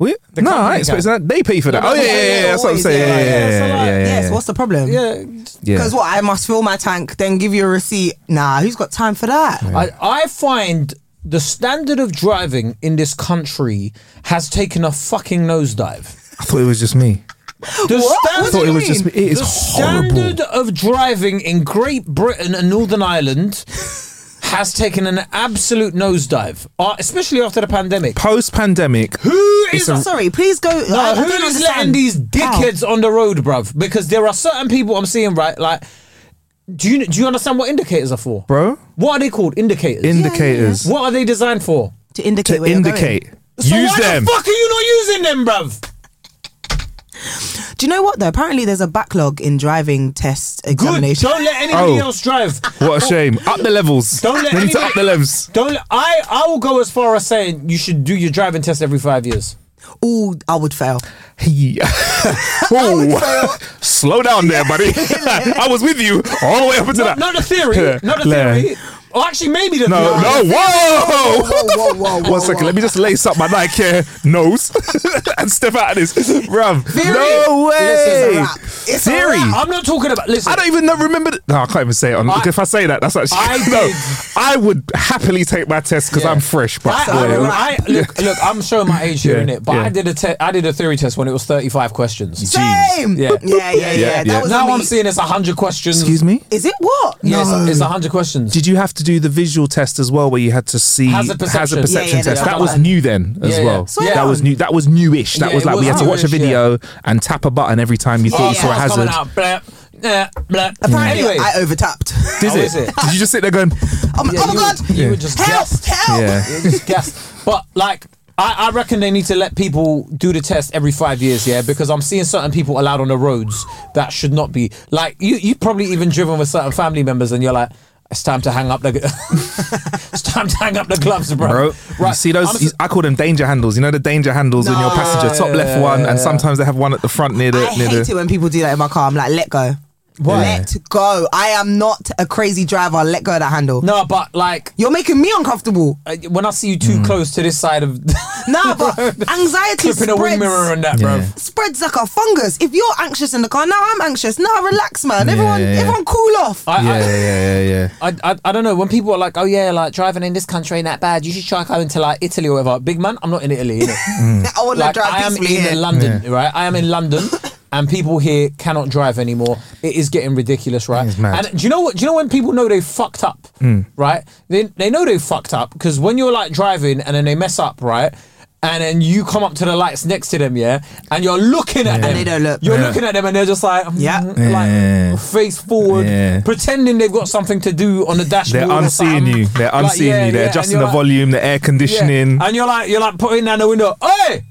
We, no, I company ain't expecting can. that. They pay for that. oh yeah, yeah, yeah. That's what I'm always, saying. Yeah, yeah, so, yeah, like, yeah, yeah, Yes, what's the problem? Yeah. yeah. Because what I must fill my tank, then give you a receipt. Nah, who's got time for that? I, I find the standard of driving in this country has taken a fucking nosedive. I thought it was just me. The I thought it was just me. It is the horrible. standard of driving in Great Britain and Northern Ireland has taken an absolute nosedive, uh, especially after the pandemic. Post pandemic, Who Please, is I'm sorry, please go. No, I, I who don't is letting understand. these How? dickheads on the road, bruv? Because there are certain people I'm seeing, right? Like, do you do you understand what indicators are for? bro. What are they called? Indicators. Indicators what are they designed for? to indicate to where you're going. indicate. So Use why them. the fuck are you not using them, bruv? Do you know what though? Apparently, there's a backlog in driving test Good. examination. Don't let anybody Oh. else drive. What a shame. Up the levels. Don't let they need to anybody- up the levels. Don't. let- I I will go as far as saying you should do your driving test every five years. Ooh, I would fail. Yeah. Ooh. Slow down there, buddy. I was with you all the way up until that. Not the theory. Not the Yeah. theory. Or actually, maybe the No, theory. no, whoa! What the whoa, fuck? whoa, whoa, One second, whoa. let me just lace up my Nike Air nose and step out of this. Bruv, no This is a way! wrap. It's a Theory! wrap. I'm not talking about. Listen. I don't even know, remember. th- No, I can't even say it. On, I- if I say that, that's actually. I no, did. I would happily take my test because Yeah. I'm fresh, but oh. I, still. I, remember- I- look, look, I'm showing my age here, Yeah, innit? But yeah. I did a te- I did a theory test when it was 35 questions. Same. Yeah. Yeah, yeah, yeah. Yeah, That yeah. was Now me. I'm seeing it's 100 questions. Excuse me? Is it what? Yeah, it's- No. it's, 100 questions. Did you have to do the visual test as well, where you had to see Hazard perception. hazard perception Yeah, yeah, test? that's That the was one. new then as Yeah, yeah. well. So That yeah. was new. That was newish. That Yeah, was it like we was had to watch a newish, video and tap a button every time you thought Oh, you saw a car's hazard. coming out. Blah, blah, blah. Apparently, Anyway, I overtapped. Did Oh, it? is it? Did you just sit there going? Oh my, Yeah, oh my you god! would- you would just help, guess. help. Yeah. Oh, Yeah, just guess. But like, I, I reckon they need to let people do the test every five years, yeah, because I'm seeing certain people allowed on the roads that should not be. Like, you you probably even driven with certain family members, and you're like. It's time to hang up the. it's time to hang up the gloves, bro. Bro, you see those? I'm s- you- I call them danger handles. You know the danger handles on your passenger, top left one, and sometimes they have one at the front near the I near hate the. it when people do that in my car. I'm like, let go. Why? Let go. I am not a crazy driver. Let go of that handle. No, but like You're making me uncomfortable. uh, when I see you Hmm. too close to this side of No, but anxiety clipping a wing mirror spreads. and that, bro. Spreads like a fungus. If you're anxious in the car, now I'm anxious. Now relax, man. Everyone, yeah, yeah. everyone, cool off. I, Yeah, yeah, yeah, yeah. I, I, I, I don't know. When people are like, "Oh yeah, like driving in this country ain't that bad. You should try going to like Italy or whatever." Big man, I'm not in Italy. Innit? I want Mm. like to drive I am in peacefully here. London, right? I am in London, and people here cannot drive anymore. It is getting ridiculous, right? It's mad. Hmm. And do you know what? Do you know when people know they fucked up, right? They they know they fucked up because when you're like driving and then they mess up, right? And then you come up to the lights next to them, yeah, and you're looking at them. they don't look. You're Yeah. looking at them, and they're just like, mm, Yeah. like Yeah. face forward, Yeah. pretending they've got something to do on the dashboard. They're or unseeing something. you. They're Like, unseeing yeah, you. They're yeah, and adjusting you're the like- volume, the air conditioning. yeah. And you're like, you're like putting down the window. Oi,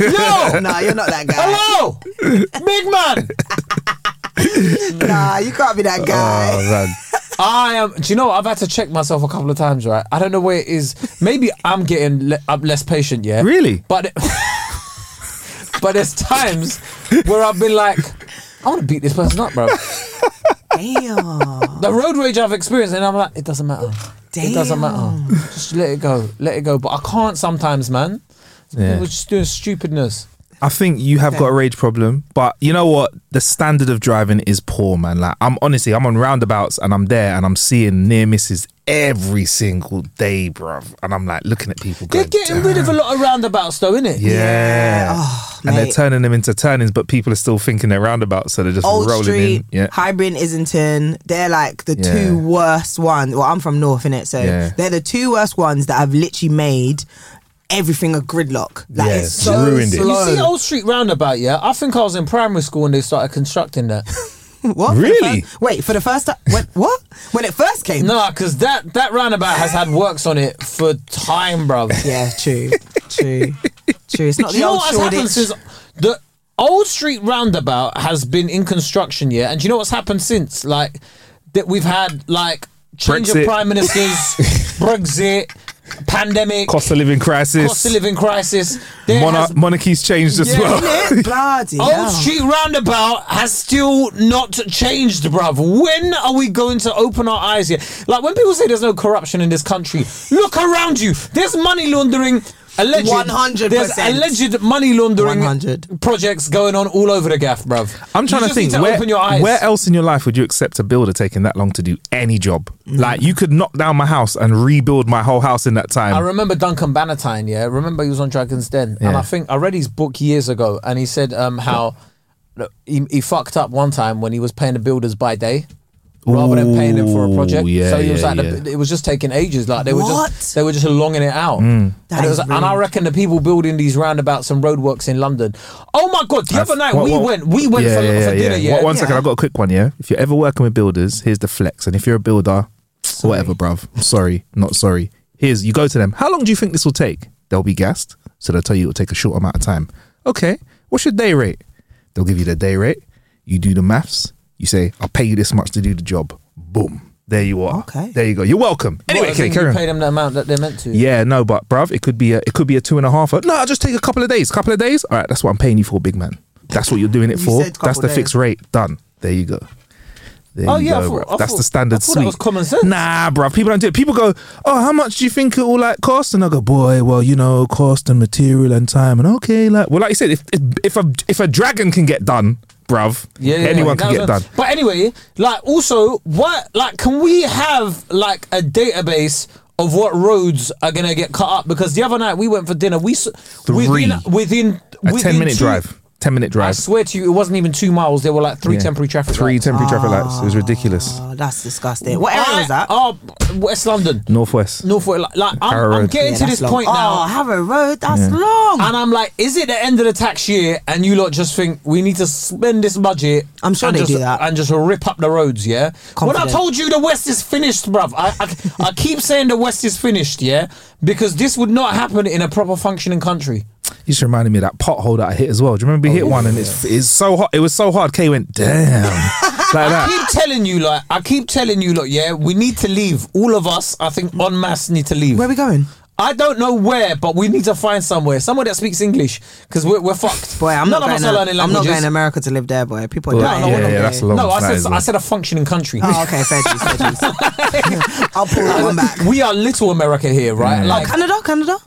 yo, Nah, you're not that guy. hello, big man. nah, you can't be that guy. Oh man, I am. Do you know? what? I've had to check myself a couple of times. Right? I don't know where it is. Maybe I'm getting le- I'm less patient. Yeah. Really? But but there's times where I've been like, I want to beat this person up, bro. Damn. the road rage I've experienced, and I'm like, it doesn't matter. It doesn't Damn. matter. Just let it go. Let it go. But I can't sometimes, man. Yeah. People just doing stupidness. I think you have got a rage problem, but you know what? The standard of driving is poor, man. Like I'm honestly, I'm on roundabouts and I'm there and I'm seeing near misses every single day, bruv. And I'm like looking at people. They're Going, getting rid of a lot of roundabouts, though, innit? Yeah. Oh, and they're mate. turning them into turnings, but people are still thinking they're roundabouts, so they're just Old rolling Street, in. Yeah. Highbury and Islington, they're like the Yeah. two worst ones. Well, I'm from North, innit? So Yeah. they're the two worst ones that have literally made everything a gridlock. Like, Yeah, it's it's so ruined it. You slow. You see Old Street Roundabout, yeah? I think I was in primary school when they started constructing that. What? For the Really? first- wait, for the first time? When, what? When it first came? No, because that, that roundabout has had works on it for time, bruv. Yeah, true. true. True. It's not Do you the know old what's happened Shoreditch. since the Old Street Roundabout has been in construction, yeah? And do you know what's happened since? Like, that we've had, like, change Brexit. of prime ministers, Brexit, pandemic, Cost of living crisis. cost of living crisis. There Monar- has- monarchies changed as Yeah, well. Innit? Bloody Old hell. Street Roundabout has still not changed, bruv. When are we going to open our eyes here? Like, when people say there's no corruption in this country, look around you. There's money laundering Alleged, 100%. There's alleged money laundering 100. projects going on all over the gaff, bruv. I'm You trying to just think need where, open your eyes. where else in your life would you accept a builder taking that long to do any job? Mm. Like you could knock down my house and rebuild my whole house in that time. I remember Duncan Bannatyne, yeah. Remember he was on Dragon's Den. And Yeah. I think I read his book years ago and he said um, how look, he, he fucked up one time when he was paying the builders by day rather than paying them for a Ooh, project. yeah, so he was yeah, like yeah. Mm. the, it was just taking ages. Like they were What? just they were just longing it out. That And, it is was, and I rude. reckon the people building these roundabouts and roadworks in London. Oh my god, the I've- other night what- we what- went we went for, for dinner, yeah. What- One Yeah. second, I've got a quick one, yeah. If you're ever working with builders, here's the flex. And if you're a builder, whatever, bruv. I'm sorry, not sorry. Here's you go to them. How long do you think this will take? They'll be gassed, so they'll tell you it'll take a short amount of time. Okay, what's your day rate? They'll give you the day rate. You do the maths. You say, I'll pay you this much to do the job. Boom. There you are. Okay. There you go. You're welcome. Anyway, What, as okay, in carry you on. pay them the amount that they're meant to. Yeah, no, but bruv, it could be a it could be a two and a half. Uh, No, I'll just take a couple of days. Couple of days. All right, that's what I'm paying you for, big man. That's what you're doing it You for. said couple That's the days. fixed rate. Done. There you go. There Oh, you yeah, I go, thought- bruv. I that's thought- the standard I thought that suite. was common sense. Nah, bruv, people don't do it. People go, oh, how much do you think it will like cost? And I go, boy, well, you know, cost and material and time and okay, like, well, like you said, if if, if a if a dragon can get done, bruv, Yeah, yeah, yeah. anyone can That get was- done. But anyway, like also, what like can we have like a database of what roads are gonna get cut up? Because the other night we went for dinner, we s- Three. within within A within ten minute two- drive. Ten minute I drive. swear to you, it wasn't even two miles. There were like three Yeah. temporary traffic. Three lights. Ah. temporary traffic lights. It was ridiculous. Oh, that's disgusting. What area I- was that? Oh, West London, Northwest. North. Like, like I'm, Harrow I'm Road. getting Yeah, to that's this long. point Oh, now. Harrow Road, that's long. And I'm like, is it the end of the tax year? And you lot just think we need to spend this budget. I'm sure and they just, do that. and just rip up the roads. Yeah. When I Confident. told you the West is finished, bruv, I, I I keep saying the West is finished. Yeah, because this would not happen in a proper functioning country. You just reminded me of that pothole that I hit as well. Do you Oh, remember we hit one and it's it's so hot? It was so hard. K went damn like I that. keep telling you, like, I keep telling you, look, yeah, we need to leave. All of us, I think, en masse, need to leave. Where we going? I don't know where, but we need to find somewhere, somewhere that speaks English, because we're, we're fucked. Boy, I'm None not of going. us are To, learning I'm not languages. going to America to live there, boy. People are Well, dying. yeah, over yeah, there. that's long. No, I That said, is I long. said a functioning country. Oh, okay, fair dues, fair dues. I'll pull that one back. Oh, we are little America here, right? Like, Canada, Canada.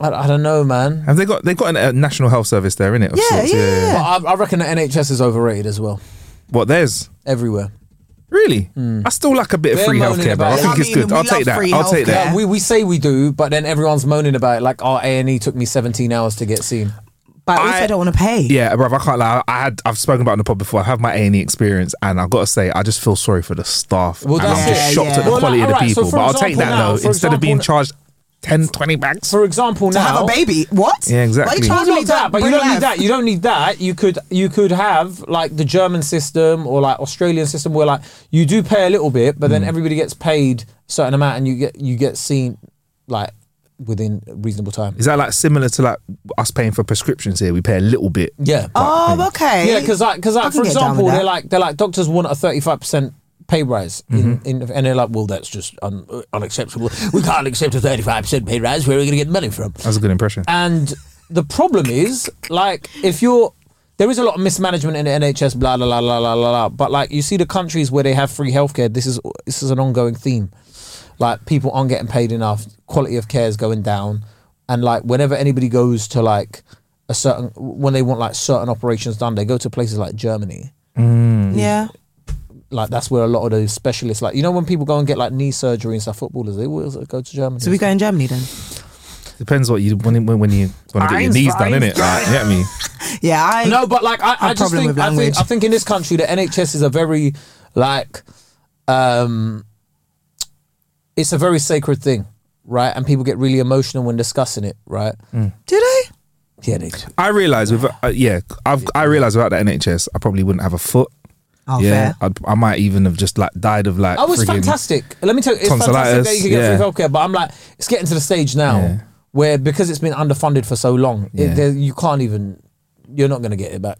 I, I don't know, man. Have they got they got a national health service there in it? Yeah, yeah, yeah. But I, I reckon the NHS is overrated as well. What there's Everywhere. really? I still like a bit of They're free Hmm. moaning healthcare, but about I it. think I it's mean, good. we I'll love take that. free I'll take healthcare. that. Yeah. We, we say we do, but then everyone's moaning about it. Like our A and E took me 17 hours to get seen. But I I- also don't want to pay. Yeah, bruv, I can't lie. I had I've spoken about it on the pod before. I have my A and E experience, and I gotta say, I just feel sorry for the staff. Well, and I'm that's just it. shocked Yeah, at the yeah. quality Well, of the alright, so people. for but I'll take example that now- though. for Instead of being example- charged 10, 20 bags. For example, To now have a baby? What? Yeah, exactly. Why You are don't you need that, but you don't need that. You don't need that. You could you could have like the German system or like Australian system where like you do pay a little bit, but Mm. then everybody gets paid a certain amount and you get you get seen like within reasonable time. Is that like similar to like us paying for prescriptions here? We pay a little bit. Yeah. Oh, okay. Yeah, because like, cause I like can for get down example, with they're that. like they're like doctors want a thirty five percent pay rise, in, in, and they're like, well, that's just un- unacceptable. We can't accept a thirty five percent pay rise. Where are we going to get money from? That's a good impression. And the problem is, like, if you're there is a lot of mismanagement in the NHS, blah blah blah blah blah blah. blah. But like, you see the countries where they have free healthcare. This is this is an ongoing theme. Like, people aren't getting paid enough. Quality of care is going down. And like, whenever anybody goes to like a certain when they want like certain operations done, they go to places like Germany. Yeah. Like that's where a lot of those specialists, like you know, when people go and get like knee surgery and stuff, footballers they always go to Germany. So we go in Germany then? Depends what you when when, when you want to get your Einstein. knees done, innit? Like, you get me? Yeah, I. No, but like I, I just problem think with I, think language. I think in this country the NHS is a very like um it's a very sacred thing, right? And people get really emotional when discussing it, right? Mm. Do they? Yeah, they do. I realize with uh, yeah, I've, I realize without the NHS, I probably wouldn't have a foot. Oh, yeah, fair. I'd, I might even have just like died of like. I was friggin- fantastic. Let me tell you, it's fantastic tonsillitis, that you can get yeah. free healthcare, but I'm like, it's getting to the stage now Yeah. where because it's been underfunded for so long, Yeah. it, there, you can't even, you're not going to get it back.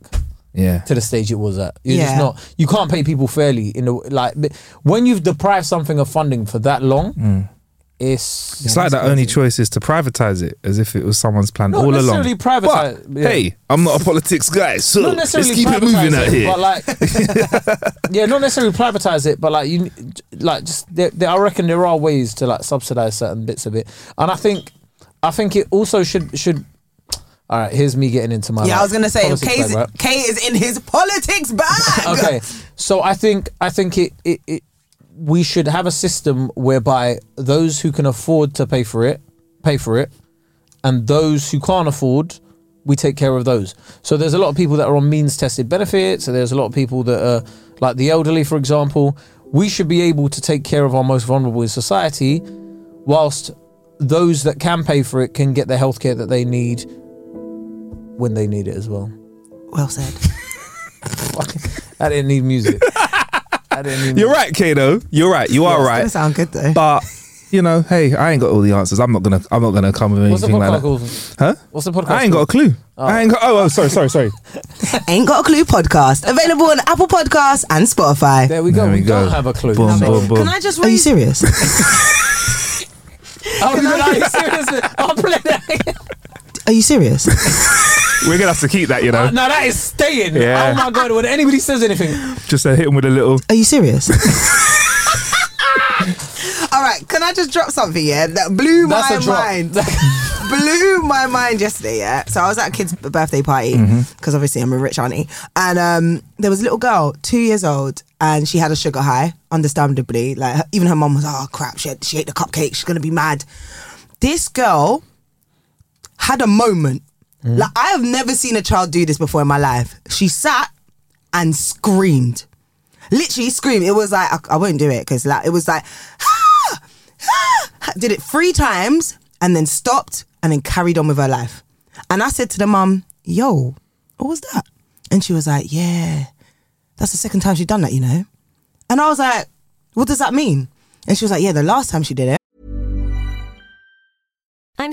Yeah, to the stage it was at. You're just Yeah. not. You can't pay people fairly in the like b- when you've deprived something of funding for that long. It's Mm. it's like the only choice is to privatize it as if it was someone's plan Not all necessarily along. privati- But, yeah. hey, I'm not a politics guy, so not let's necessarily keep it privatise moving out here. But like, yeah, not necessarily privatize it, but like you, like just there, there, I reckon there are ways to like subsidize certain bits of it, and I think I think it also should should. All right, here's me getting into my. Yeah, I like, was gonna say politics K's, bag, right? K is in his politics bag. okay so i think i think it, it, it we should have a system whereby those who can afford to pay for it pay for it and those who can't afford we take care of those so there's a lot of people that are on means tested benefits and there's a lot of people that are like the elderly for example we should be able to take care of our most vulnerable in society whilst those that can pay for it can get the healthcare that they need when they need it as well Well said. i didn't need music I didn't need You're right, Kato. You're right. You are It's gonna right. sound good though. But you know, hey, I ain't got all the answers. I'm not gonna. I'm not gonna come with What's the anything podcast like that. called? Huh? What's the podcast? I ain't got a called? clue. I ain't got. Oh, oh, sorry, sorry, sorry. Ain't got a clue podcast available on Apple Podcasts and Spotify. There we go. There we we go. don't have a clue. Boom, So- boom, boom. Can I just Oh. Are you raise serious? Oh, you're like, seriously? I'll play that. Are you serious? We're gonna have to keep that, you know. No, that is staying. Yeah. Oh my god! When anybody says anything, Just uh, hit him with a little. Are you serious? All right, can I just drop something? Yeah, that blew That's my a drop. mind. blew my mind yesterday. Yeah, so I was at a kid's birthday party because obviously I'm a rich auntie, and um, there was a little girl, two years old, and she had a sugar high. Understandably, like her- even her mum was, oh crap, she had, she ate the cupcake. She's gonna be mad. This girl had a moment. Like I have never seen a child do this before in my life. She sat and screamed literally scream. It was like I, I won't do it because like it was like "Ah! Ah!" did it three times and then stopped and then carried on with her life. And I said to the mum, "Yo, what was that?" And she was like, "Yeah, that's the second time she done that, you know." And I was like, "What does that mean?" And she was like, "Yeah, the last time she did it." I'm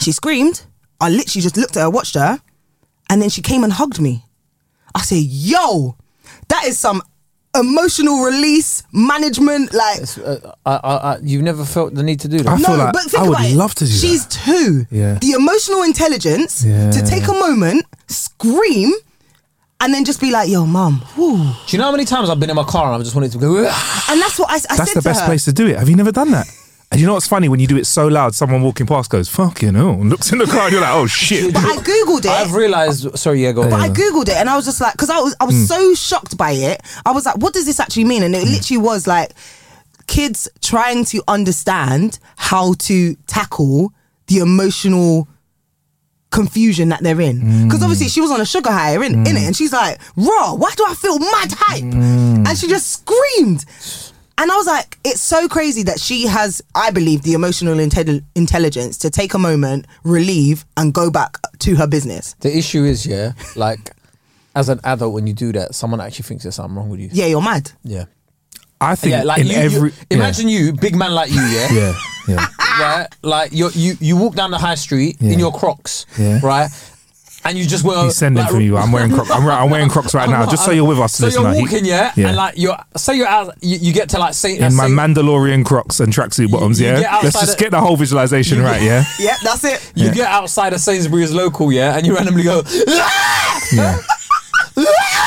She screamed. I literally just looked at her, watched her, and then she came and hugged me. I said, "Yo, that is some." Emotional release management, like uh, I, I, I, you've never felt the need to do that. I no, feel like but think I would about it. love to do She's that. two. Yeah. The emotional intelligence Yeah. to take a moment, scream, and then just be like, "Yo, mum." whew." do you know how many times I've been in my car and I've just wanted to go? And that's what I, I That's said the to best her. place to do it. Have you never done that? And you know what's funny? When you do it so loud, someone walking past goes, "Fucking hell!" and looks in the car, and you're like, "Oh shit!" But I googled it. I've realised. Sorry, yeah, go. but I on. googled it and I was just like, because I was I was so shocked by it. I was like, what does this actually mean? And it literally was like kids trying to understand how to tackle the emotional confusion that they're in. Because obviously she was on a sugar high in, in it, and she's like, raw, why do I feel mad hype? And she just screamed. And I was like, it's so crazy that she has, I believe, the emotional intelli- intelligence to take a moment, relieve, and go back to her business. The issue is, yeah, like as an adult, when you do that, someone actually thinks there's something wrong with you. Yeah, you're mad. Yeah. I think Yeah, like in you, you- every imagine you, big man like you, yeah, Yeah, yeah. right? Like you, you, you walk down the high street Yeah. in your Crocs, Yeah. right? and you just were He's sending like, for you. I'm wearing Crocs. I'm, I'm wearing Crocs right now. Just so you're with us, So listener. you're He- walking, yeah, and like you're say you're out, you, you get to like Saint uh, in my Saint- Mandalorian Crocs and tracksuit bottoms. you Yeah, get outside let's just of- get the whole visualization you- right. Yeah, Yep, that's it. You Yeah. get outside of Sainsbury's local, yeah, and you randomly go, "Ah!" yeah.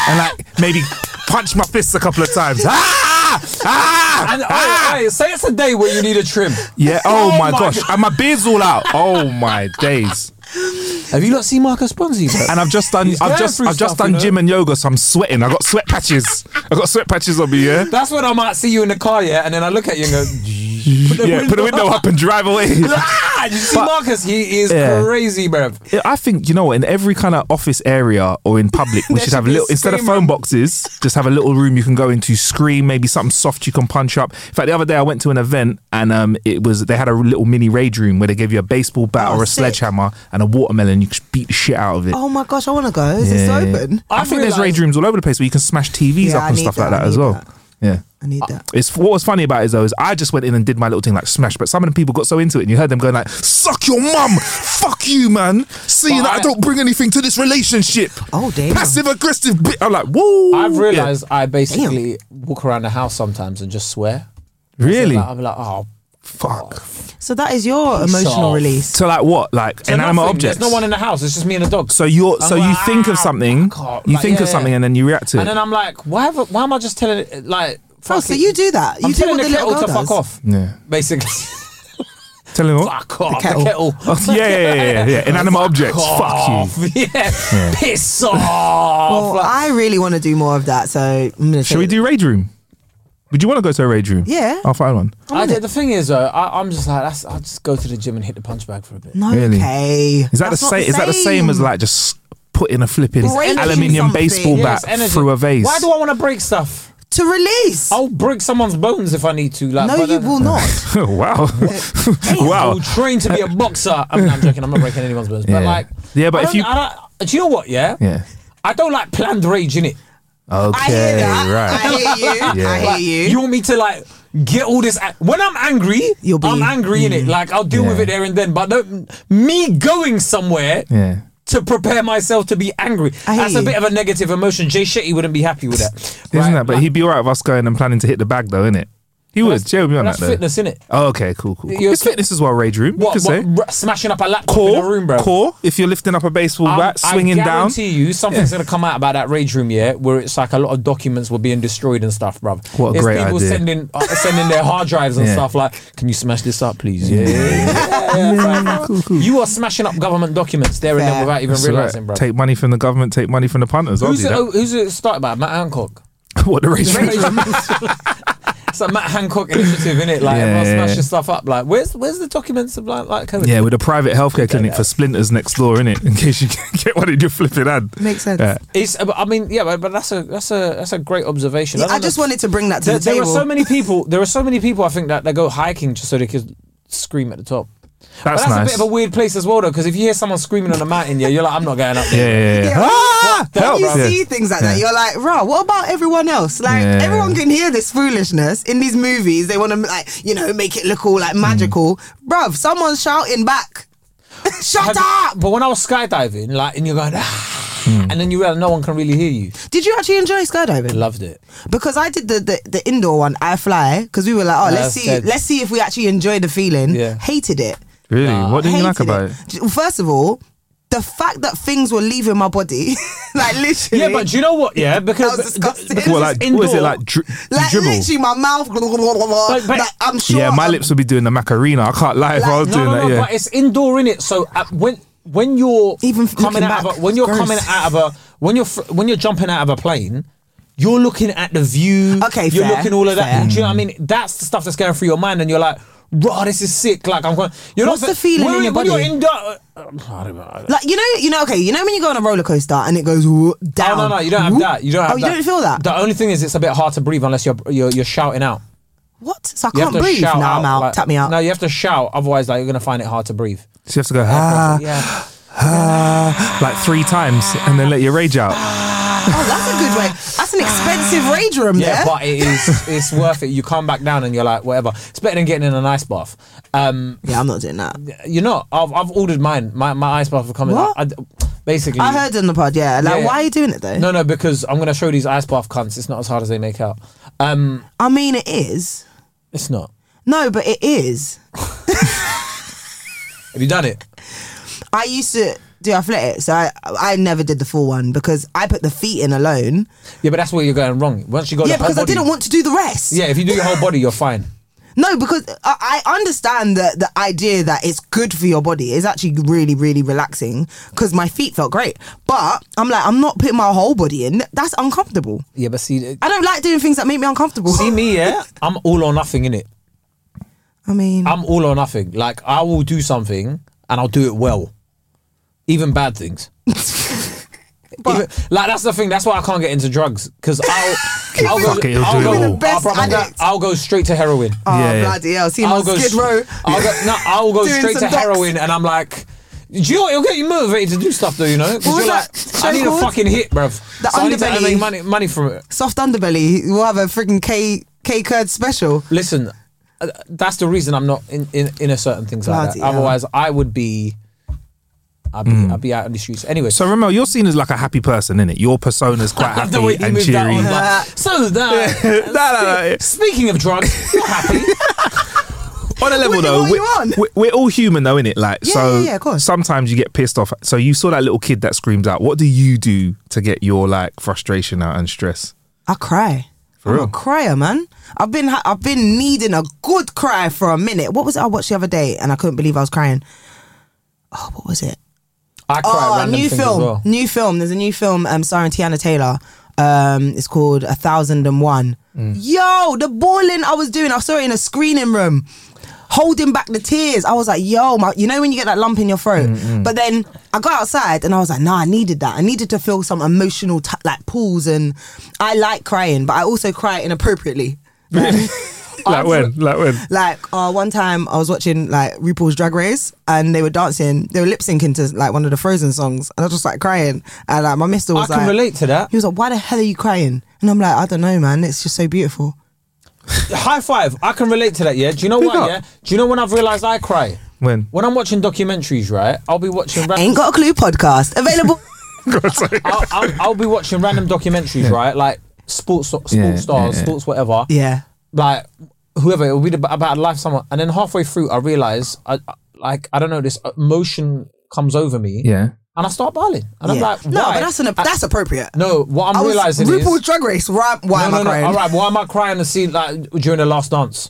and like maybe punch my fists a couple of times. Ah, ah, and ah. oh, hey, say it's a day where you need a trim. Yeah. Oh, my, gosh. God. And my beard's all out. Oh my days. Have you not seen Marcus Ponzi? bro? And I've just done. He's I've going just. through I've just stuff, you done know? gym and yoga, so I'm sweating. I got sweat patches. I got sweat patches on me. Yeah. That's when I might see you in the car, yeah, and then I look at you and go, yeah. Put the window up and drive away. ah! Did you see But- Marcus? He is Yeah. crazy, bruv. Yeah, I think you know what, in every kind of office area or in public, we There should have should be a little instead of screamer. phone boxes, just have a little room you can go into, scream, maybe something soft you can punch up. In fact, the other day I went to an event and um, it was they had a little mini raid room where they gave you a baseball bat Oh, or a sick. sledgehammer and a watermelon. You just beat the shit out of it. Oh my gosh, I want to go. Is this Yeah. open? I I've think there's raid realised- rooms all over the place where you can smash TVs Yeah, up I and need stuff like that, that I as need well. that. Yeah. I need that. It's what was funny about it though is I just went in and did my little thing like smash, but some of the people got so into it and you heard them going like, "Suck your mum, fuck you, man." Seeing But that I, I- don't bring anything to this relationship. Oh, damn. Passive aggressive. Bi-. I'm like, whoa. I've Yeah. realized I basically walk around the house sometimes and just swear. really Like, I'm like, oh, fuck. So that is your Piss emotional off. release. So like what? Like So inanimate nothing, objects. There's no one in the house. It's just me and a dog. so you're so I'm you like, think "Ah, of something, fuck," you like, think yeah, of yeah. something, and then you react to it. And then I'm like, why? Have, why am I just telling? it Like, fuck Bro, Oh, so it. you do that. You I'm do telling what the, the little kettle girl to does. fuck off. Yeah. Basically, Tell him what? fuck off. The kettle. kettle. Oh, yeah, yeah, yeah, yeah, yeah. Inanimate objects. Fuck you. Fuck you. Yeah. Piss off. Well, Like, I really want to do more of that. So I'm gonna. Shall we take- do raid room? Would you want to go to a raid room? Yeah. I'll find one. I did- the thing is, though, I, I'm just like, that's, I'll just go to the gym and hit the punch bag for a bit. No, Really? okay. Is that That's the not same? Is that the same as like just putting a flipping Breaking aluminium something. baseball Yeah, it's bat energy. through a vase? Why do I want to break stuff? to release? I'll break someone's bones if I need to. Like, no, but you then- will not. wow, I wow. will train to be a boxer. I mean, I'm joking. I'm not breaking anyone's bones, but Yeah. like, Yeah, but I if don't- you- I don't, do you know what? Yeah, Yeah. I don't like planned rage in it. Okay. I hear that. Right. I hear you. Yeah. I hear you. You want me to like get all this? a- When I'm angry, You'll be- Mm. I'm angry in it. Like I'll deal with Yeah. it there and then. But don't, me going somewhere Yeah. to prepare myself to be angry. I hear That's a you. bit of a negative emotion. Jay Shetty wouldn't be happy with that. Isn't right? that? But Like, he'd be alright with us going and planning to hit the bag, though, innit? He would. Jay would be on that's that. fitness, innit? though. Oh, okay. Cool. Cool. cool. You're- It's fitness as well. Rage room. What, you could what, say. r- smashing up a laptop in a Core. room, bro. Core. If you're lifting up a baseball I'm- bat, swinging I down. guarantee you something's gonna come out about that rage room, yeah, where it's like a lot of documents were being destroyed and stuff, bruv. What a it's great people idea. sending uh, sending their hard drives and Yeah. stuff like, can you smash this up, please? Yeah, yeah, yeah, bruv. You are smashing up government documents there and Fair. then without even That's alright. realizing, bruv. Take money from the government. Take money from the punters. I'll who's do it, that. oh, who's it started by? Matt Hancock. what the rage room? it's a Matt Hancock initiative, innit? Like Yeah, everyone yeah, smashing yeah. stuff up. Like, where's where's the documents of like like COVID? Yeah, with a private healthcare clinic for splinters next door, innit? In case you get one in your flipping hand. Makes sense. Yeah. It's, but I mean, yeah, but, but that's a that's a that's a great observation. Yeah, don't I just know- wanted to bring that to there, the there table. are so many people. There are so many people. I think that they go hiking just so they could scream at the top. That's, but that's nice. a bit of a weird place as well, though, because if you hear someone screaming on a mountain, yeah, you're like, I'm not going up there. yeah, yeah, yeah. Yeah, when Ah! you- Help! you Yeah. see things like that, you're like, "Raw, what about everyone else? Like, Yeah. everyone can hear this foolishness in these movies. They want to, like, you know, make it look all like Hmm. magical. Bruv, someone's shouting back, shut up! But when I was skydiving, like, and you're going, ah, Hmm. and then you realize no one can really hear you. Did you actually enjoy I skydiving? loved it. Because I did the the, the indoor one, I fly, because we were like, oh, No, that's let's see, dead. let's see if we actually enjoy the feeling. Yeah. Hated it. Really? what did you like Hated about it? J- First of all, the fact that things were leaving my body, like literally. Yeah, but do you know what? Yeah, because That was disgusting. because What, it's like, what is it indoor, like? Dri- like dribble? literally, my mouth. Like, but- like, I'm sure. yeah, my I'm- lips would be doing the Macarena. I can't lie if I was no, doing no, that. no, yeah. but it's indoor in it. So uh, when when you're Even coming looking out back, of a, when you're gross. coming out of a when you're fr- when you're jumping out of a plane. You're looking at the view. Okay, you're fair, looking all of that. fair. Do you know what I mean? That's the stuff that's going through your mind, and you're like, "Raw, this is sick." Like I'm going. You're What's not, the feeling when, in your when body? You're in, uh, I don't know. Like you know, you know. Okay, you know when you go on a roller coaster and it goes woo- Oh, down. no, no, you don't have woo- that. You don't have oh, that. you don't feel that. The only thing is, it's a bit hard to breathe unless you're you're, you're shouting out. What? So I You have can't to breathe. shout Now I'm out. like- Tap me out. No, you have to shout, otherwise, like you're gonna find it hard to breathe. so you have to go, Uh, ah, yeah. ah, like three times and then let your rage out. Oh, that's a good way. That's an expensive rage room Yeah, there. but it is it's worth it. You come back down and you're like, whatever. It's better than getting in an ice bath. Um, yeah, I'm not doing that. you're not. I've, I've ordered mine. My, my ice bath will come in. What? I- Basically, I heard in the pod, yeah. Like, Yeah, yeah. why are you doing it though? No, no, because I'm gonna show these ice bath cunts. It's not as hard as they make out. Um, I mean, it is. it's not. No, but it is. Have you done it? I used to do athletics, so I I never did the full one because I put the feet in alone. Yeah, but that's where you're going wrong. Once you got the yeah, whole because I body- didn't want to do the rest. Yeah, if you do your whole body, you're fine. No, because I, I understand the, the idea that it's good for your body. It's actually really, really relaxing because my feet felt great. But I'm like, I'm not putting my whole body in. That's uncomfortable. Yeah, but see, I don't like doing things that make me uncomfortable. see me, yeah, I'm all or nothing in it. I mean, I'm all or nothing. Like I will do something and I'll do it well, even bad things. Even- like that's the thing. That's why I can't get into drugs because I'll, I'll go, Fuck it, you'll I'll, do it go, all. I'll, The best probably go- addict. I'll go straight to heroin. oh, Yeah, yeah. bloody hell. See, my I'll go skid str- row. I'll go, no, I'll go Doing straight to some docs. heroin, and I'm like. Do you know what? You'll get you motivated to do stuff, though, you know? 'Cause What was you're like, that show I need called? a fucking hit, bruv. The so I need to Underbelly. make money, money from it. Soft underbelly. We'll have a freaking K K curd special. Listen, uh, that's the reason I'm not in, in, in a certain things like Bloody that. hell. Otherwise, I would be, I'd be, I'd be out in the streets. Anyway, So Ramel, you're seen as like a happy person, innit? Your persona's quite I love the way he happy and moved that cheery. on. Like, so that, no, no, speaking of drugs, you're happy. no. On a level What do you- though, what we're, you on? we're- we're all human though, innit? Like, Yeah, so yeah, yeah, of course. sometimes you get pissed off. So you saw that little kid that screams out. What do you do to get your like frustration out and stress? I cry. For I'm real? a crier, man. I've been ha- I've been needing a good cry for a minute. What was it I watched the other day and I couldn't believe I was crying? Oh, what was it? I cry at Oh, random new things film. as well. New film. There's a new film um, starring Tiana Taylor. Um, it's called A Thousand and One. Mm. Yo, the balling I was doing, I saw it in a screening room, holding back the tears. I was like, yo, my, you know when you get that lump in your throat. Mm, But then I got outside and I was like, nah, I needed that. I needed to feel some emotional t- like pools, and I like crying, but I also cry inappropriately. Like when? Like when? Like uh, one time, I was watching like RuPaul's Drag Race, and they were dancing, they were lip syncing to like one of the Frozen songs, and I just like crying. And like my mister I was can like, relate to that. he was like, "Why the hell are you crying?" And I'm like, "I don't know, man. It's just so beautiful." High five. I can relate to that, yeah? Do you know Big what, up. yeah? Do you know when I've realised I cry? When? When I'm watching documentaries, right? I'll be watching random... Ain't got a clue podcast available. I'll, I'll, I'll be watching random documentaries, right? Like sports, sports Yeah, yeah, stars, yeah. sports whatever. yeah, Like whoever it will be the- about life, someone. And then halfway through, I realize, I, I- like I don't know, this emotion comes over me, Yeah. and I start bawling, and I'm yeah. like, no, why? but that's an that's appropriate. no. What I I'm was realizing is RuPaul's Drag Race. Why, why no, am no, I no. crying? All right, why am I crying to see like during the last dance?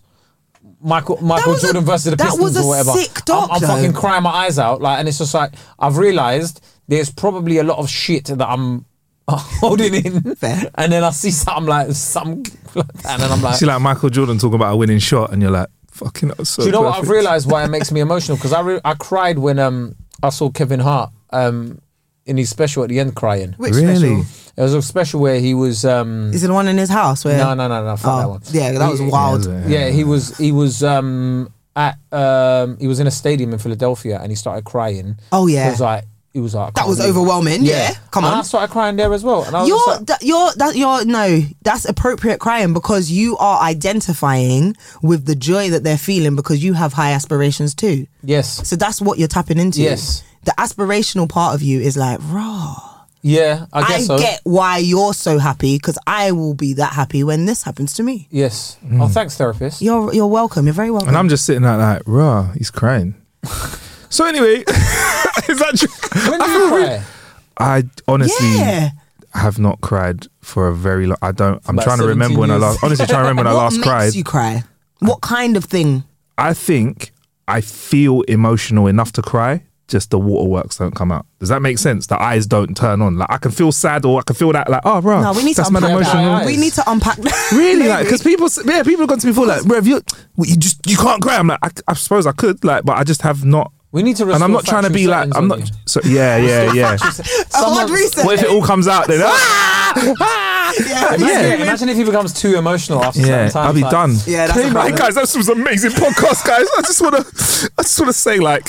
Michael Michael was a- Jordan versus the that Pistons was a or whatever. sick I'm, I'm doc, fucking though. crying my eyes out, like, and it's just like I've realised there's probably a lot of shit that I'm holding in, Fair. and then I see something like something, like that, and then I'm like, See, like Michael Jordan talking about a winning shot, and you're like, fucking. That was so do you know what I've perfect. realised why it makes me emotional? Because I re- I cried when um I saw Kevin Hart um in his special at the end crying. Which Really? special? It was a special where he was um Is it the one in his house? Where Oh, no no no no fuck that one. yeah, that was He- wild. Yeah, he was he was um at um he was in a stadium in Philadelphia and he started crying. Oh, yeah. It was like he was like I That can't was believe it. overwhelming. Yeah, come And on. I started crying there as well. And I was You're, just like, that, you're, that, you're, no, that's appropriate crying because you are identifying with the joy that they're feeling because you have high aspirations too. yes. So that's what you're tapping into. Yes. The aspirational part of you is like, raw. Yeah, I I, guess so. get why you're so happy because I will be that happy when this happens to me. Yes. Oh, thanks, therapist. Mm. You're, you're welcome. You're very welcome. And I'm just sitting there like, rah, he's crying. so anyway, is that true? When do you cry? I honestly yeah. have not cried for a very long. I don't. I'm About trying to remember 17 when I years. last. Honestly, trying to remember when I what last makes cried. you cry? What kind of thing? I think I feel emotional enough to cry. Just the waterworks don't come out. Does that make sense? The eyes don't turn on. Like I can feel sad, or I can feel that. Like oh, rah, No, we need that's to mad unpack emotional. that. We need to unpack that. Really, Maybe. like, because people, s- yeah, people have gone to me before, like, bro, you, you just, you can't cry. I'm like, I, I suppose I could, like, but I just have not. We need to and restore I'm not trying to factory be like, settings I'm on not. you. So, yeah, yeah, yeah. hard reset. what if it all comes out then? Ah! Ah! Imagine, Yeah. imagine if he becomes too emotional after Yeah, certain times. I'll be like- done. Yeah, that's a Hey, man, problem. guys, that was an amazing podcast, guys. I just wanna, I just wanna say, like,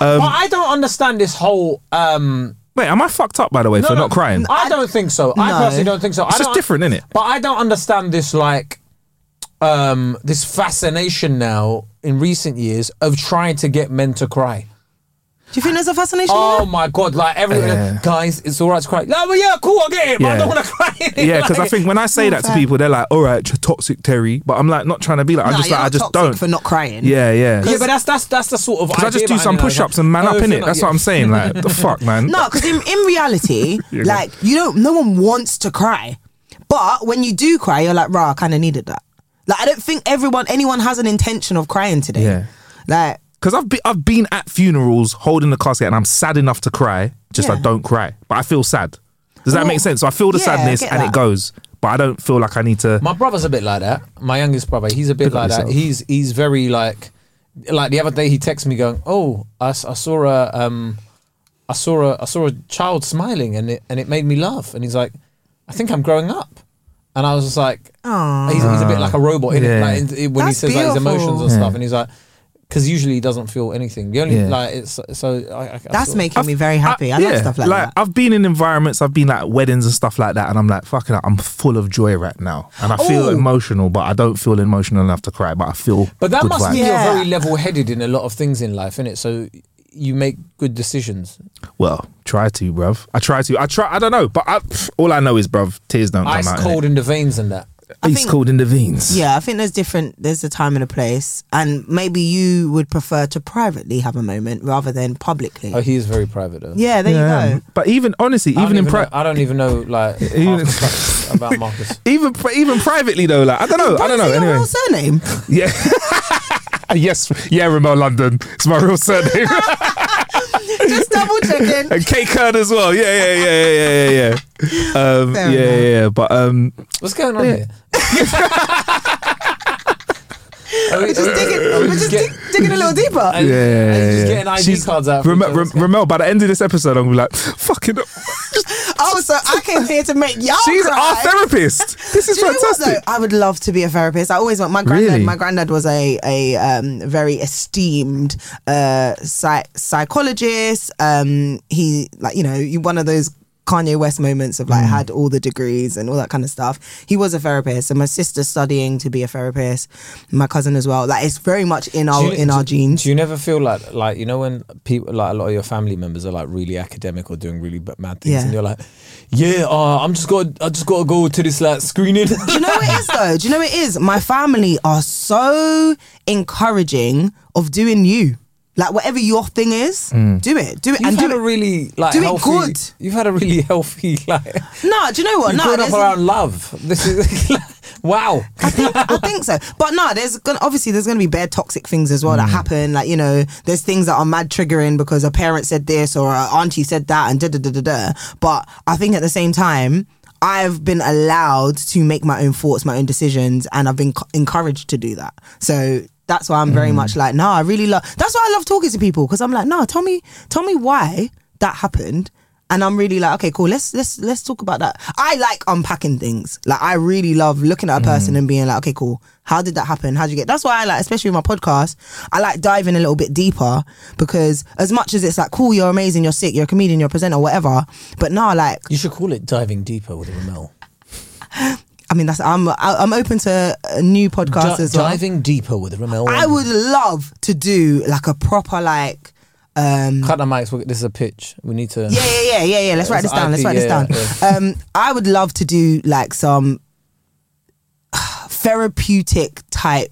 Um, but I don't understand this whole. um wait, am I fucked up by the way for no, not no, crying? I don't think so. I No. personally don't think so. It's I just don't- different, innit? But I don't understand this like um this fascination now in recent years of trying to get men to cry. Do you think there's a fascination? with Oh it? my god! Like everyone, Yeah. guys, it's all right to cry. Like, well, yeah, cool, I get it. But I Yeah. don't want to cry. Yeah, because I think when I say that to people, they're like, "All right, you're toxic Terry," but I'm like, not trying to be like. I'm Nah, just you're like, I not just toxic don't. for not crying. Yeah, yeah. yeah, but that's that's that's the sort of. Because I just do some push-ups and Oh, man up in it. That's what I'm saying. Like the fuck, man. No, because in, in reality, Yeah, go like you don't. No one wants to cry, but when you do cry, you're like, "Rah, I kind of needed that." Like I don't think everyone, anyone has an intention of crying today. Yeah. Like Because I've been I've been at funerals holding the casket and I'm sad enough to cry. Just I Yeah. don't cry, but I feel sad. Does that Well, make sense? So I feel the yeah, I sadness get and that. it goes, but I don't feel like I need to. My brother's a bit like that. My youngest brother, he's a bit Pick up like that. yourself. He's he's very like, like the other day he texted me going, "Oh, I, s- I saw a um, I saw a I saw a child smiling and it and it made me laugh." And he's like, "I think I'm growing up," and I was just like, he's, he's a bit like a robot innit? Yeah. Like, it- when That's he says like, his emotions and beautiful. stuff," and he's like. Because usually he doesn't feel anything. The only Yeah. like it's so I, I, I that's sort of- making me very happy. I, love stuff like, that. Uh, I've been in environments, I've been like weddings and stuff like that, and I'm like, fucking, hell, I'm full of joy right now, and I feel Oh. Ooh. emotional, but I don't feel emotional enough to cry, but I feel. But that good must vibes. mean Yeah. you're very level-headed in a lot of things in life, innit? So you make good decisions. Well, try to, bruv. I try to. I try. I don't know, but I, pff, all I know is, bruv, tears don't Ice come out. cold in the veins and that. I It's think- cold in the veins. yeah, I think there's different. There's a time and a place, and maybe you would prefer to privately have a moment rather than publicly. Oh, he is very private though. yeah, there you go. um, But even honestly, I don't even in know, pri- I don't even know like half Even- the facts about Marcus. even pri- even privately though, like I don't know, I don't know. Is he your Anyway, real surname? yeah, yes, yeah, Ramel London. It's my real surname. Just double checking. and K Curd as well. Yeah, yeah, yeah, yeah, yeah, yeah, yeah. Um, yeah, Fair yeah, yeah. But um, What's going on here? Are we- Just digging, are we we're just get- dig, digging a little deeper. are you- yeah, yeah, are you yeah, just yeah. getting ID cards out. for Rame- each other? Ram- Ramel, by the end of this episode, I'm gonna be like, fucking. Oh, so I came here to make y'all She's cry. our therapist. This is Do you know what, fantastic. though? I would love to be a therapist. I always want my granddad. Really? My granddad was a a um, very esteemed uh, psych- psychologist. Um, he like you know you one of those Kanye West moments of like had all the degrees and all that kind of stuff. He was a therapist, and my sister's studying to be a therapist. My cousin as well. Like it's very much in Do our you- in our do- genes. Do you never feel like like you know when people like a lot of your family members are like really academic or doing really b- mad things, Yeah. and you're like, yeah, uh, I'm just got to I just got to go to this like screening. Do you know what it is though? Do you know what it is? My family are so encouraging of doing you. Like whatever your thing is, do it. Do it You've had and do a it. really like do it healthy, good. You've had a really healthy like. no, do you know what? You've No, grown up there's- around love. This is wow. I think I think so. But no, there's gonna obviously there's gonna be bad toxic things as well that happen. Like, you know, there's things that are mad triggering because a parent said this or a auntie said that and da da da da da. But I think at the same time, I've been allowed to make my own thoughts, my own decisions, and I've been co- encouraged to do that. So that's why I'm very much like, no, I really love. That's why I love talking to people because I'm like, no, tell me, tell me why that happened and I'm really like, okay, cool. Let's let's let's talk about that. I like unpacking things. Like I really love looking at a Mm. person and being like, okay, cool. How did that happen? How did you get? That's why I like, especially with my podcast, I like diving a little bit deeper because as much as it's like, cool, you're amazing, you're sick, you're a comedian, you're a presenter, whatever. But no, like, You should call it diving deeper with Ramel. I mean, that's I'm I- I'm open to uh, new podcasts Di- as well. Diving deeper with Ramel. I would love to do like a proper like. um cut the mics. we'll- This is a pitch. We need to. yeah, yeah, yeah, yeah, yeah. Let's write It's this down. Let's IP, write this yeah, down. Um, I would love to do like some therapeutic type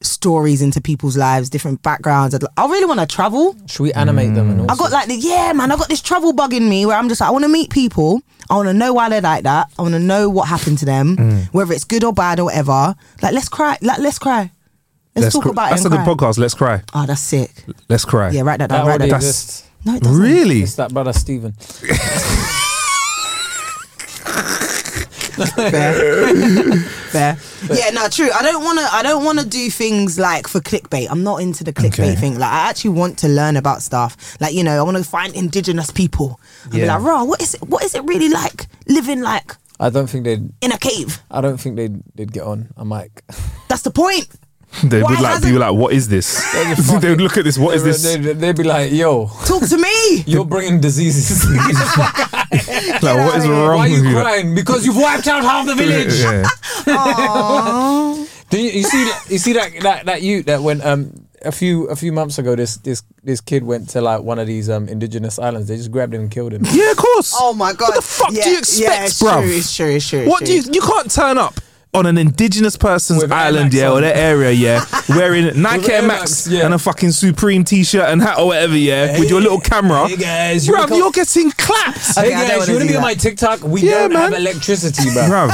stories into people's lives, different backgrounds. I'd- I really want to travel. Should we animate them? Mm. And all I got like, the, yeah, man, I got this travel bug in me where I'm just like, I want to meet people. I want to know why they're like that. I want to know what happened to them, whether it's good or bad or whatever. Like, let's cry. Like, let's cry. Let's, talk cr- about That's it. a and good cry. podcast. Let's cry. Oh, that's sick. Let's cry. Yeah, write that That down. write already that down. exists. No, it doesn't. Really? It's that brother Stephen. Fair. Fair. Yeah, no, true. I don't want to. I don't want to do things like for clickbait. I'm not into the clickbait Okay. thing. Like, I actually want to learn about stuff. Like, you know, I want to find indigenous people. And be Yeah. like, raw. What is it? What is it really like living like I don't think they'd. in a cave? I don't think they'd. They'd get on. I'm like. That's the point. They Why would like hasn't- be like, what is this? they would look at this. What is this? They'd, they'd be like, "Yo, Talk to me. you're bringing diseases. Like, what is wrong Why are with you you? crying? Because you've wiped out half the village." Yeah. Do you, you see? You see that that that you that when um a few a few months ago, this this this kid went to like one of these um indigenous islands. They just grabbed him and killed him. Yeah, of course. Oh my god! What the fuck yeah, do you Yeah, expect, it's true, bro? It's true. It's true. What it's do you? true. You can't turn up on an indigenous person's With Air island, Max yeah, or on. their area, yeah, wearing With Nike Air Air Max Max, yeah. and a fucking Supreme t-shirt and hat or whatever, yeah, with your little camera. Hey, guys, you bro, wanna you're come- getting clapped, Okay, Hey I don't guys, you wanna want to do be on that. my TikTok? We Yeah, don't man. have electricity, bro. bro.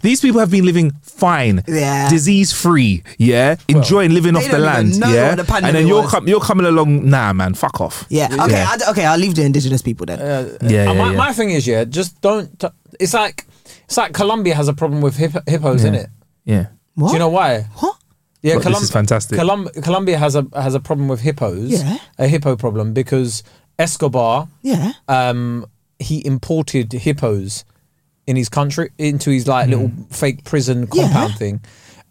These people have been living fine, Yeah. disease free, yeah, enjoying living off the don't even land, know yeah, what the and then pandemic you're was. com- you're coming along, nah, man, fuck off, Yeah. Okay. I d okay. I'll leave the indigenous people then. yeah, Uh, yeah, my, yeah. my thing is, yeah, just don't. T- it's like it's like Colombia has a problem with hip- hippos, in it. yeah. what? Do you know why? What? Yeah, Look, this is fantastic. Colum- Colombia has a has a problem with hippos. Yeah. a hippo problem because Escobar, Yeah. um, he imported hippos in his country into his like little Hmm. fake prison Yeah. compound thing.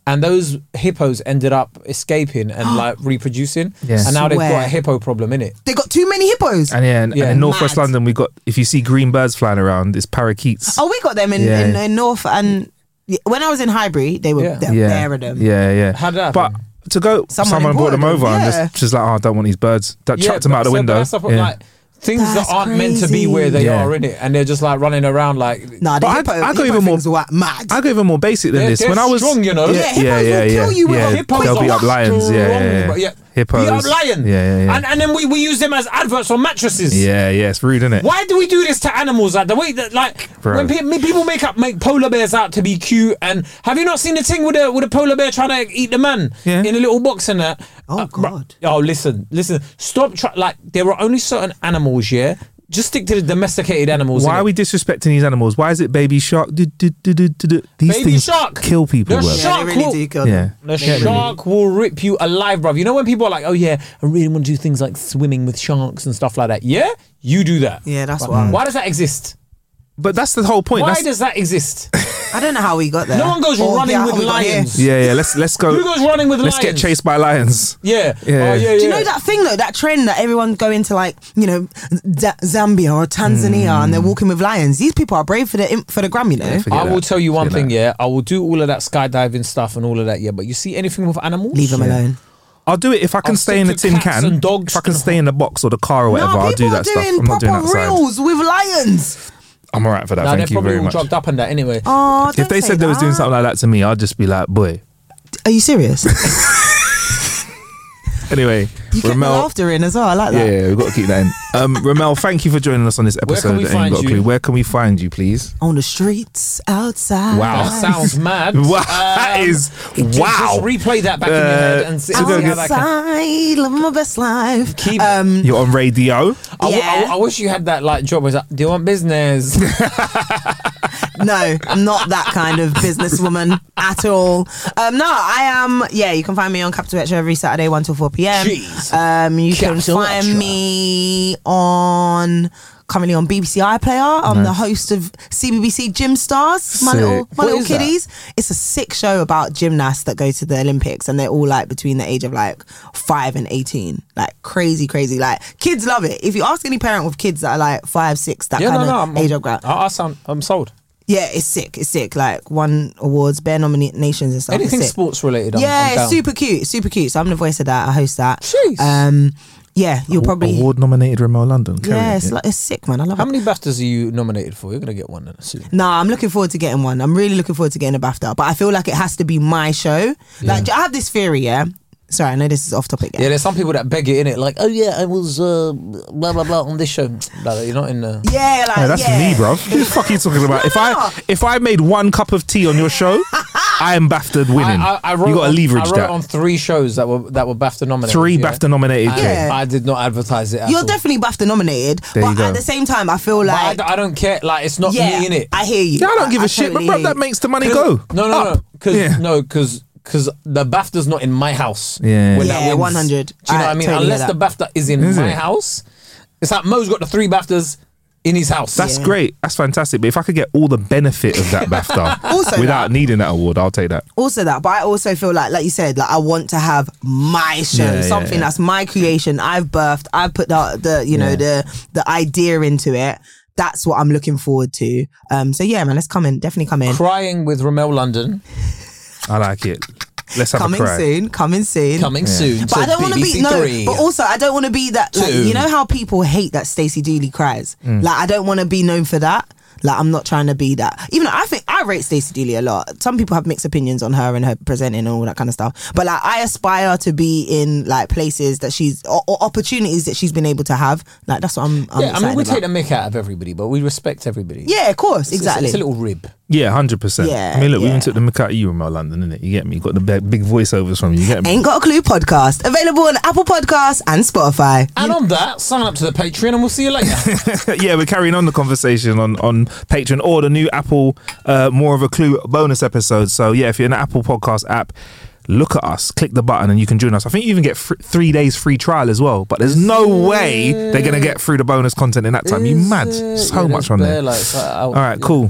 And those hippos ended up escaping and like reproducing, Yeah. and now they've got Swear. a hippo problem in it. They got too many hippos. And yeah, and, Yeah. and in northwest Mad. London, we got if you see green birds flying around, it's parakeets. Oh, we got them in, Yeah. in, in North and yeah, when I was in Highbury, they were Yeah. there, there of them. Yeah, yeah. How did that But happen? to go, someone, Someone brought them imported over them, and yeah. just, just like, oh, I don't want these birds. That chucked them but- out the so- but window. that's the problem, yeah. like, things That's that aren't meant to be where they crazy. are in it, and they're just like running around like. Nah, the But I- hippo, I go hippo even more- things were mad. I go even more basic than They're- this. they're when I was strong, you know? yeah, Yeah, yeah, hippos yeah, will yeah, kill you with yeah. a Oh, Hippos They'll are be up lions, yeah, yeah, yeah. strong, yeah. hippos, Be up lion. yeah, yeah, yeah. And, and then we, we use them as adverts on mattresses. yeah, yeah. It's rude, isn't it? Why do we do this to animals? Like the way that, like, Bro. when pe- me- people make up make polar bears out to be cute, and have you not seen the thing with a with a polar bear trying to eat the man Yeah. in a little box and that? Oh, bro- God. oh, listen, listen, stop. Try- like there are only certain animals, yeah. Just stick to the domesticated animals. Why innit? are we disrespecting these animals? Why is it baby shark? Do, do, do, do, do, do. These Baby things shark. kill people. They're bro. shark- yeah, they really will- do kill Yeah. The them. shark will rip you alive, bruv. You know when people are like, "Oh yeah, I really want to do things like swimming with sharks and stuff like that." Yeah, you do that. Yeah, that's Bruv, what I- Why does that exist? But that's the whole point. Why That's- does that exist? I don't know how we got there. No one goes Or, running yeah, how with we got here. lions. yeah, yeah. Let's let's go. Who goes running with Let's get lions? chased by lions. Yeah. Yeah. Oh, yeah, yeah. Do you know that thing though, that trend that everyone's going to like, you know, Z- Zambia or Tanzania and Mm. they're walking with lions? These people are brave for the imp- for the gram, you know. forget I will that. tell you one Forget thing, that. yeah. I will do all of that skydiving stuff and all of that, yeah. But you see anything with animals? Leave them Yeah. alone. I'll do it if I can I'll stay stick in a to tin cats can. and dogs. If I can stay in the box or the car or whatever, no, I'll people do that are stuff. doing I'm not doing proper outside. reels with lions. I'm alright for that. Nah, they're thank you probably very all much. drugged up on that anyway. Oh, If don't they say said they was doing that. something like that to me, I'd just be like, boy. Are you serious? Anyway, You kept the Ramel. laughter in as well. I like Yeah, that. yeah, we've got to keep that in. Um, Ramel, thank you for joining us on this can episode. we of Ain't find Got a you? Clue. Where can we find you, please? On the streets, outside. Wow. That sounds mad. Wow, that Um, is ju- just wow. replay that back in your head Uh, and see, Oh, so go see how get- that can- Outside, living my best life. Keep- um, You're on radio. I, w- I, w- Yeah. I wish you had that like job. Was like, do you want business? no, I'm not that kind of businesswoman at all. Um, no, I am. Yeah, you can find me on Capital Extra every Saturday, one till four p.m. Jeez. Um, you Capital can find Extra. me on. Currently on BBC iPlayer, I'm the host of CBBC Gym Stars. My Sick. little, my What little is that? kiddies. It's a sick show about gymnasts that go to the Olympics, and they're all like between the age of like five and eighteen, like crazy, crazy. Like kids love it. If you ask any parent with kids that are like five, six, that yeah, kind no, no. of I'm, age of ground, I, I sound, I'm sold. yeah, it's sick. It's sick. Like won awards, bare nominations and stuff. Anything it's sick. sports related. I'm, Yeah, I'm down. it's super cute. Super cute. So I'm the voice of that. I host that. Jeez. Um, yeah, you'll probably. Award nominated Ramel London. Carry on, yeah, it's, like, it's sick, man. I love How it. many BAFTAs are you nominated for? You're gonna get one then, soon. Nah, I'm looking forward to getting one. I'm really looking forward to getting a BAFTA, but I feel like it has to be my show. Like I have this theory. Yeah. Sorry, I know this is off topic. Yeah, Yeah. there's some people that beg it in it, like, oh yeah, I was uh, blah blah blah on this show. Like, you're not in the. Yeah, like Yeah, that's yeah. me, bro. What the fuck are you talking about? No, if I no. if I made one cup of tea on your show, I am BAFTA winning. I, I, I wrote you got to on- leverage I wrote that. on three shows that were that were BAFTA nominated. Three yeah. BAFTA nominated. I, Yeah. I did not advertise it. At You're all. definitely BAFTA nominated, There you but go. at the same time, I feel But I like d- I, don't care. Like, it's not yeah, me in it. I hear you. Yeah, I don't give a a shit, but bro, that makes the money go. No, no, no, up. because Yeah. no, because because the BAFTA's not in my house. Yeah. when that Yeah, wins. 100. Do you know I what I mean? totally Unless hear the that. BAFTA is in Is my it? house, it's like Mo's got the three BAFTAs in his house. That's Yeah. great. That's fantastic. But if I could get all the benefit of that BAFTA Also without that- needing that award, I'll take that. also that but i also feel like like you said like i want to have my show Yeah, yeah, something yeah. that's my creation i've birthed i've put the, the you know Yeah. the the idea into it that's what i'm looking forward to um so yeah man let's come in definitely come in Crying with Ramel London. I like it. Let's have a coming cry. soon, coming soon, Coming soon But I to don't want to be BBC no. Three. But also, I don't want to be that. Like, Two. Mm. you know how people hate that Stacey Dooley cries. Like I don't want to be known for that. Like I'm not trying to be that. Even though I think I rate Stacey Dooley a lot. Some people have mixed opinions on her and her presenting and all that kind of stuff. But like I aspire to be in like places that she's or, or opportunities that she's been able to have. Like that's what I'm. I'm yeah, I mean, we excited take the about. mick out of everybody, but we respect everybody. Yeah, of course, It's- it's- exactly. It's, a little rib. Yeah, hundred percent. Yeah, I mean, look, we yeah. even took the mick out of you remote London, innit? You get me? You got the big, big voiceovers from you. You get me? Ain't Got a Clue podcast available on Apple Podcasts and Spotify. And on that, sign up to the Patreon, and we'll see you later. yeah, we're carrying on the conversation on on Patreon or the new Apple uh, more of a clue bonus episode. So yeah, if you're in the Apple Podcast app. Look at us, click the button, and you can join us. I think you even get fr- three days free trial as well. But there's no way they're gonna get through the bonus content in that time. You mad? uh, So much on there. All right, cool.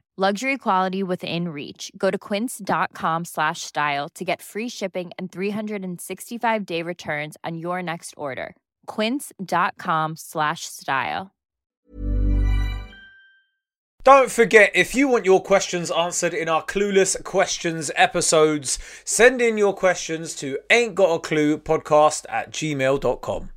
Luxury quality within reach. Go to quince.com slash style to get free shipping and 365 day returns on your next order. Quince.com slash style. Don't forget, if you want your questions answered in our Clueless Questions episodes, send in your questions to ain't got a clue podcast at gmail.com.